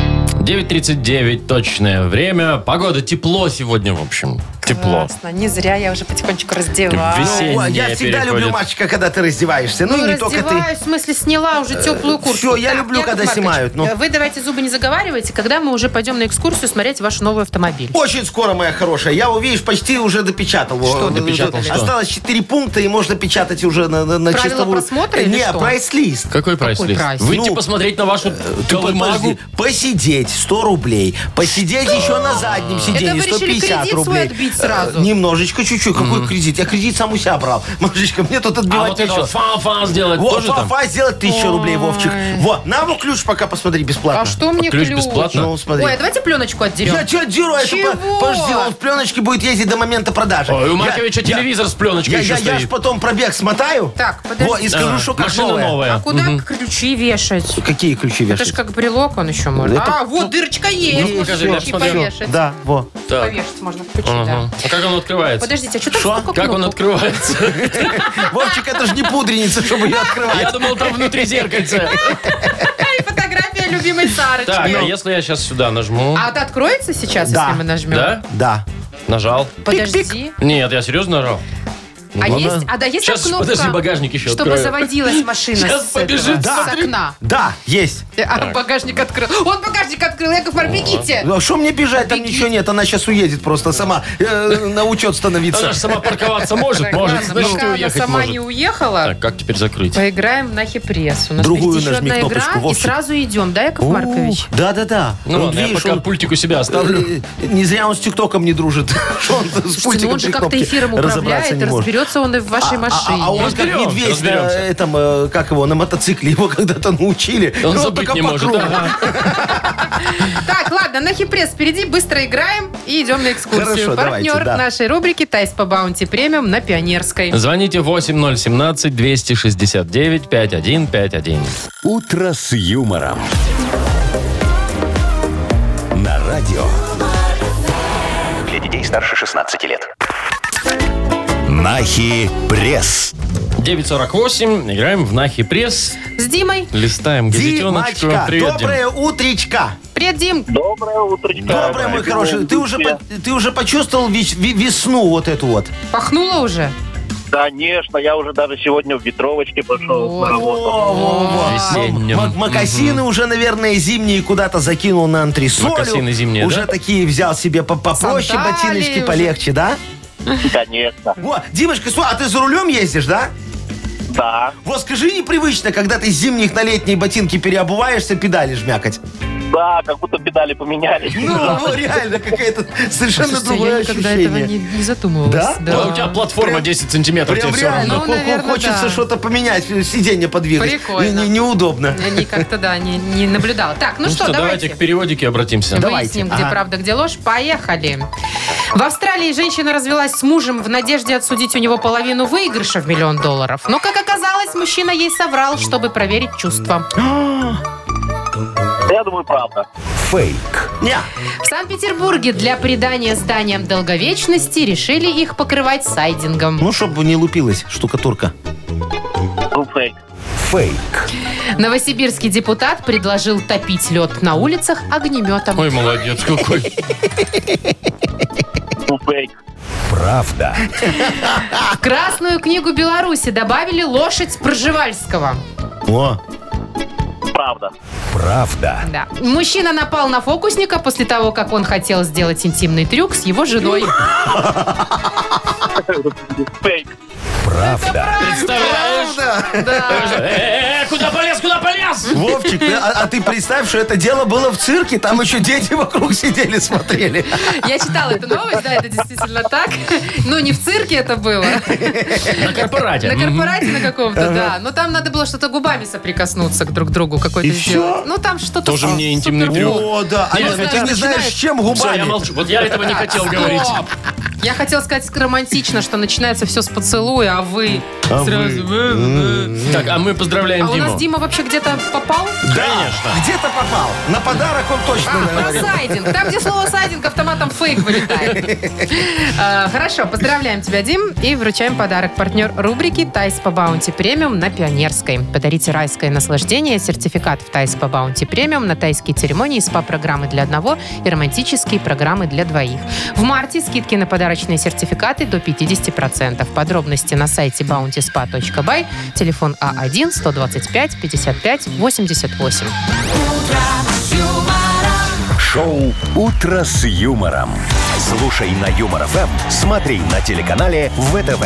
[SPEAKER 2] 9.39 точное время. Погода тепло сегодня, в общем. Тепло.
[SPEAKER 10] Классно. Не зря я уже потихонечку раздеваю.
[SPEAKER 2] Весеннее
[SPEAKER 4] О, я всегда
[SPEAKER 2] переходит.
[SPEAKER 4] люблю, Машечка, когда ты раздеваешься. Ну, и не только ты. Э,
[SPEAKER 3] раздеваюсь, в смысле, сняла уже теплую куртку.
[SPEAKER 4] всё, я люблю,
[SPEAKER 3] Яков
[SPEAKER 4] когда снимают, ну.
[SPEAKER 3] э, Вы давайте зубы не заговаривайте, когда мы уже пойдем на экскурсию смотреть ваш новый автомобиль.
[SPEAKER 4] Очень скоро, моя хорошая. Я, увидишь, почти уже допечатал.
[SPEAKER 3] Что
[SPEAKER 4] Э,
[SPEAKER 2] допечатал,
[SPEAKER 4] э,
[SPEAKER 2] что?
[SPEAKER 4] Осталось 4 пункта, и можно печатать уже на, на, на
[SPEAKER 3] Правила
[SPEAKER 4] чистовую...
[SPEAKER 3] просмотра
[SPEAKER 4] Э,
[SPEAKER 3] или
[SPEAKER 4] Не,
[SPEAKER 3] что?
[SPEAKER 4] прайс-лист.
[SPEAKER 2] Какой прайс-лист?
[SPEAKER 3] прайс?
[SPEAKER 2] Выйти
[SPEAKER 4] Ну,
[SPEAKER 2] посмотреть на вашу
[SPEAKER 4] Ты подожди.
[SPEAKER 2] колымагу.
[SPEAKER 4] Посидеть 100 рублей. Посидеть еще на заднем
[SPEAKER 3] Это
[SPEAKER 4] сиденье
[SPEAKER 3] вы решили
[SPEAKER 4] 150
[SPEAKER 3] кредит свой
[SPEAKER 4] рублей.
[SPEAKER 3] отбить сразу?
[SPEAKER 4] Э, Немножечко, чуть-чуть. Какой кредит? Я кредит сам у себя брал. Машечка, мне тут
[SPEAKER 2] А
[SPEAKER 4] отбивать
[SPEAKER 2] вот это
[SPEAKER 4] нечего.
[SPEAKER 2] вот фа-фа сделать
[SPEAKER 4] Вот,
[SPEAKER 2] тоже там?
[SPEAKER 4] Фа-Фа сделать 1000 рублей, Вовчик. Вот, на вот ключ пока посмотри бесплатно.
[SPEAKER 3] А что мне
[SPEAKER 2] Ключ
[SPEAKER 3] ключ?
[SPEAKER 2] бесплатно?
[SPEAKER 4] Ну, смотри.
[SPEAKER 3] Ой, а давайте пленочку отдерем.
[SPEAKER 4] Я что деру? Это
[SPEAKER 3] Чего?
[SPEAKER 4] по- Подожди, он в пленочке будет ездить до момента продажи.
[SPEAKER 2] Ой, у
[SPEAKER 4] Я-
[SPEAKER 2] Марковича
[SPEAKER 4] я-
[SPEAKER 2] телевизор с пленочкой
[SPEAKER 4] Я,
[SPEAKER 2] еще
[SPEAKER 4] я, я ж
[SPEAKER 2] стоит.
[SPEAKER 4] потом пробег смотаю.
[SPEAKER 3] Так, подожди.
[SPEAKER 4] Во, и скажу,
[SPEAKER 2] Ага.
[SPEAKER 4] что как
[SPEAKER 2] Машина
[SPEAKER 4] новая.
[SPEAKER 2] новая.
[SPEAKER 3] А куда ключи вешать?
[SPEAKER 4] Какие ключи
[SPEAKER 3] Это
[SPEAKER 4] вешать?
[SPEAKER 3] же как брелок он еще может.
[SPEAKER 4] Это-
[SPEAKER 3] А, вот дырочка есть.
[SPEAKER 2] Ну,
[SPEAKER 3] можно
[SPEAKER 2] покажи, я
[SPEAKER 3] ключи
[SPEAKER 2] смотрю.
[SPEAKER 3] повешать.
[SPEAKER 4] Да, во.
[SPEAKER 2] Так.
[SPEAKER 3] Повешать можно ключи, да.
[SPEAKER 2] Ага. А как он открывается?
[SPEAKER 3] Подождите, а что там
[SPEAKER 4] Шо?
[SPEAKER 3] столько
[SPEAKER 2] Как он
[SPEAKER 3] кнопок?
[SPEAKER 2] открывается?
[SPEAKER 4] Вовчик, это же не пудреница, чтобы ее
[SPEAKER 2] Я
[SPEAKER 4] открывать.
[SPEAKER 2] думал, там внутри зеркальце.
[SPEAKER 3] Ну, И фотография любимой Сарочки.
[SPEAKER 2] Так, а если я сейчас сюда нажму?
[SPEAKER 3] ну. А это откроется сейчас,
[SPEAKER 4] Да.
[SPEAKER 3] если мы нажмем?
[SPEAKER 2] Да?
[SPEAKER 4] Да.
[SPEAKER 2] Нажал?
[SPEAKER 3] Подожди.
[SPEAKER 2] Нет, я серьезно нажал?
[SPEAKER 3] А
[SPEAKER 2] Ладно.
[SPEAKER 3] есть, а да, есть
[SPEAKER 2] Сейчас,
[SPEAKER 3] там кнопка,
[SPEAKER 2] подожди, багажник еще
[SPEAKER 3] чтобы
[SPEAKER 2] открою.
[SPEAKER 3] заводилась машина
[SPEAKER 2] Сейчас
[SPEAKER 3] с,
[SPEAKER 2] побежит,
[SPEAKER 3] этого, с
[SPEAKER 2] смотри.
[SPEAKER 3] окна.
[SPEAKER 4] Да, есть.
[SPEAKER 3] А багажник открыл. Он багажник открыл. Яков Маркович, бегите.
[SPEAKER 4] Ну, А что мне бежать? Там
[SPEAKER 3] Беги.
[SPEAKER 4] ничего нет. Она сейчас уедет просто сама э, на учет
[SPEAKER 2] Она
[SPEAKER 4] становиться.
[SPEAKER 2] же сама парковаться может,
[SPEAKER 3] Так,
[SPEAKER 2] может.
[SPEAKER 3] ладно,
[SPEAKER 2] Значит, и
[SPEAKER 3] пока она
[SPEAKER 2] уехать
[SPEAKER 3] сама
[SPEAKER 2] может.
[SPEAKER 3] не уехала,
[SPEAKER 2] Так, как теперь закрыть?
[SPEAKER 3] поиграем на хипресс. У нас
[SPEAKER 4] Другую
[SPEAKER 3] впереди еще
[SPEAKER 4] нажми
[SPEAKER 3] одна
[SPEAKER 4] кнопочку,
[SPEAKER 3] игра, и
[SPEAKER 4] Вовчик.
[SPEAKER 3] сразу идем, да, Яков Маркович?
[SPEAKER 4] Да, да, да.
[SPEAKER 2] Ну, ладно, я пока пультик у себя оставлю.
[SPEAKER 4] э, Не зря он с ТикТоком не дружит. Что он с
[SPEAKER 3] Слушайте, ну
[SPEAKER 4] пультиком
[SPEAKER 3] он же
[SPEAKER 4] при
[SPEAKER 3] как-то
[SPEAKER 4] кнопке
[SPEAKER 3] эфиром
[SPEAKER 4] разобраться
[SPEAKER 3] управляет,
[SPEAKER 4] не может.
[SPEAKER 3] разберется он и в вашей машине.
[SPEAKER 4] А, а он как
[SPEAKER 2] Разберем,
[SPEAKER 4] медведь на
[SPEAKER 2] разберемся.
[SPEAKER 4] этом, э, как его, на мотоцикле. Его когда-то научили.
[SPEAKER 2] Он
[SPEAKER 4] Ну,
[SPEAKER 2] забыть
[SPEAKER 4] только
[SPEAKER 2] не
[SPEAKER 4] по
[SPEAKER 2] может.
[SPEAKER 4] кругу.
[SPEAKER 2] Ага.
[SPEAKER 3] Так, ладно, на хипресс впереди, быстро играем и идем на экскурсию.
[SPEAKER 4] Хорошо,
[SPEAKER 3] Партнер
[SPEAKER 4] давайте, да.
[SPEAKER 3] нашей рубрики «Тайс по баунти премиум» на Пионерской.
[SPEAKER 2] Звоните 8017-269-5151.
[SPEAKER 1] «Утро с юмором». На радио.
[SPEAKER 5] Для детей старше 16 лет.
[SPEAKER 1] Нахи пресс.
[SPEAKER 2] 948. Играем в Нахи Пресс.
[SPEAKER 3] С Димой.
[SPEAKER 2] Листаем газетеночку.
[SPEAKER 4] Димочка,
[SPEAKER 2] Привет, Дим.
[SPEAKER 4] доброе утречка.
[SPEAKER 3] Привет, Дим.
[SPEAKER 6] Доброе утречко.
[SPEAKER 4] Доброе, мой хороший. Ты уже,
[SPEAKER 6] Привет.
[SPEAKER 4] по- ты уже почувствовал вес- ве- весну вот эту вот?
[SPEAKER 3] Пахнуло уже?
[SPEAKER 6] Конечно, я уже даже сегодня в ветровочке пошел
[SPEAKER 3] Вот.
[SPEAKER 6] на работу.
[SPEAKER 4] Во-во-во.
[SPEAKER 2] Весеннем.
[SPEAKER 4] Мак- Макасины уже, наверное, зимние куда-то закинул на антресолю.
[SPEAKER 2] Мокасины зимние,
[SPEAKER 4] Уже
[SPEAKER 2] да?
[SPEAKER 4] такие взял себе по- попроще,
[SPEAKER 3] Сандалии
[SPEAKER 4] ботиночки
[SPEAKER 3] уже.
[SPEAKER 4] полегче, да?
[SPEAKER 6] Конечно.
[SPEAKER 4] Во, Димочка, слушай, а ты за рулем ездишь, да?
[SPEAKER 6] Да.
[SPEAKER 4] Вот скажи, непривычно, когда ты с зимних на летние ботинки переобуваешься, педали жмякать.
[SPEAKER 6] Да, как будто педали поменяли.
[SPEAKER 4] Ну, во, реально, какая-то совершенно
[SPEAKER 3] Слушайте,
[SPEAKER 4] другое
[SPEAKER 3] я никогда этого не,
[SPEAKER 4] ощущение.
[SPEAKER 3] не задумывалась.
[SPEAKER 4] Да?
[SPEAKER 2] Да А у тебя платформа 10 сантиметров тебе
[SPEAKER 4] Прям
[SPEAKER 2] все равно.
[SPEAKER 4] реально,
[SPEAKER 3] Ну,
[SPEAKER 4] хо- хо-
[SPEAKER 3] наверное,
[SPEAKER 4] хочется
[SPEAKER 3] да.
[SPEAKER 4] что-то поменять, сиденье подвинуть.
[SPEAKER 3] Прикольно.
[SPEAKER 4] Не- не- неудобно.
[SPEAKER 3] Я не- как-то, да, не, не наблюдала. Так, ну,
[SPEAKER 2] Ну
[SPEAKER 3] что,
[SPEAKER 2] что, давайте
[SPEAKER 3] давайте.
[SPEAKER 2] к переводике обратимся.
[SPEAKER 4] Давай.
[SPEAKER 3] Выясним, где
[SPEAKER 4] Давайте. Ага.
[SPEAKER 3] правда, где ложь. Поехали. В Австралии женщина развелась с мужем в надежде отсудить у него половину выигрыша в миллион долларов. Но, как оказалось, Призналась, мужчина ей соврал, чтобы проверить чувства.
[SPEAKER 7] Я думаю, правда.
[SPEAKER 1] Фейк.
[SPEAKER 4] Не.
[SPEAKER 3] В Санкт-Петербурге для придания зданиям долговечности решили их покрывать сайдингом.
[SPEAKER 4] Ну, чтобы не лупилась штукатурка.
[SPEAKER 7] Ну, фейк.
[SPEAKER 1] Фейк.
[SPEAKER 3] Новосибирский депутат предложил топить лед на улицах огнеметом.
[SPEAKER 2] Ой, молодец какой.
[SPEAKER 7] Ну, фейк.
[SPEAKER 1] Правда.
[SPEAKER 3] В Красную книгу Беларуси добавили лошадь Пржевальского.
[SPEAKER 4] О,
[SPEAKER 7] Правда.
[SPEAKER 1] Правда.
[SPEAKER 3] Да. Мужчина напал на фокусника после того, как он хотел сделать интимный трюк с его женой.
[SPEAKER 7] Фейк.
[SPEAKER 1] Правда.
[SPEAKER 2] Представляешь? Э, куда полез, куда полез?
[SPEAKER 4] Вовчик, ты- а, а ты представь, что это дело было в цирке, там еще дети вокруг сидели, смотрели.
[SPEAKER 3] Я читала эту новость, да, это действительно так. Ну, не в цирке это было.
[SPEAKER 2] На корпорате.
[SPEAKER 3] На
[SPEAKER 2] Мгм.
[SPEAKER 3] корпорате на каком-то, да. Но там надо было что-то губами соприкоснуться к друг другу какой-то
[SPEAKER 4] И
[SPEAKER 3] сделать. Ну, там что-то...
[SPEAKER 2] Тоже
[SPEAKER 3] су-
[SPEAKER 2] мне интимный
[SPEAKER 3] супер-
[SPEAKER 2] трюк.
[SPEAKER 4] О, да. А
[SPEAKER 2] Я
[SPEAKER 4] если ты
[SPEAKER 2] знаю,
[SPEAKER 4] не знаешь,
[SPEAKER 3] начинает-
[SPEAKER 4] чем
[SPEAKER 2] Всё, я
[SPEAKER 4] губами.
[SPEAKER 2] молчу. Вот я этого не хотел
[SPEAKER 3] Стоп!
[SPEAKER 2] говорить.
[SPEAKER 3] Я хотела сказать романтично, что начинается все с поцелуя, а вы сразу... «Э,
[SPEAKER 2] Так, а мы поздравляем
[SPEAKER 3] А у
[SPEAKER 2] Диму.
[SPEAKER 3] нас Дима вообще где-то попал?
[SPEAKER 2] Конечно.
[SPEAKER 4] Где-то попал. На подарок он точно
[SPEAKER 3] А, про
[SPEAKER 4] наговорил.
[SPEAKER 3] сайдинг. Там, где слово сайдинг, автоматом фейк вылетает. Э, Хорошо, поздравляем тебя, Дим, и вручаем подарок. Партнер рубрики «Тайс по баунти премиум» на Пионерской. Подарите райское наслаждение, сертификат в «Тайс по баунти премиум» на тайские церемонии, СПА-программы для одного и романтические программы для двоих. В марте скидки на подарочные сертификаты до 50%. Подробности на сайте bountyspa.by, телефон А А1 125 55 88.
[SPEAKER 1] Шоу «Утро с юмором». Слушай на Юмор ФМ, смотри на телеканале ВТВ.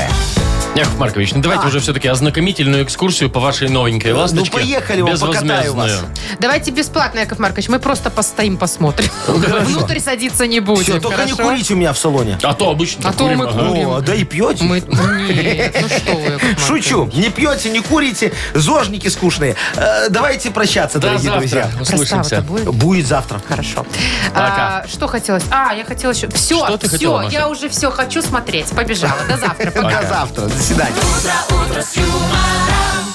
[SPEAKER 2] Яков Маркович, ну
[SPEAKER 4] А.
[SPEAKER 2] давайте уже все-таки ознакомительную экскурсию по вашей новенькой ласточке.
[SPEAKER 4] Ну, поехали, вам покатаю вас.
[SPEAKER 2] Безвозмездную.
[SPEAKER 3] Давайте бесплатно, Яков Маркович. Мы просто постоим, посмотрим. Внутрь садиться не будем.
[SPEAKER 4] Все, только не
[SPEAKER 3] хорошо?
[SPEAKER 4] курите у меня в салоне.
[SPEAKER 2] А то обычно
[SPEAKER 3] А то
[SPEAKER 2] курим,
[SPEAKER 3] мы
[SPEAKER 2] ага.
[SPEAKER 3] курим.
[SPEAKER 4] О, да и пьете.
[SPEAKER 3] Мы... Нет, ну что вы, Яков Маркович.
[SPEAKER 4] Шучу. Не пьете, не курите. Зожники скучные. Э, Давайте прощаться,
[SPEAKER 2] До
[SPEAKER 4] дорогие
[SPEAKER 2] завтра.
[SPEAKER 4] друзья.
[SPEAKER 3] Простава-то
[SPEAKER 2] Услышимся.
[SPEAKER 3] Ну, будет?
[SPEAKER 4] Будет завтра.
[SPEAKER 3] Хорошо.
[SPEAKER 2] Пока.
[SPEAKER 3] А, что хотелось? А, я хотела еще... Все,
[SPEAKER 2] Что ты
[SPEAKER 3] все,
[SPEAKER 2] хотела, Маша?
[SPEAKER 3] я уже все хочу смотреть. Побежала. До завтра. Пока.
[SPEAKER 4] До завтра. До свидания.
[SPEAKER 11] утро с юмором.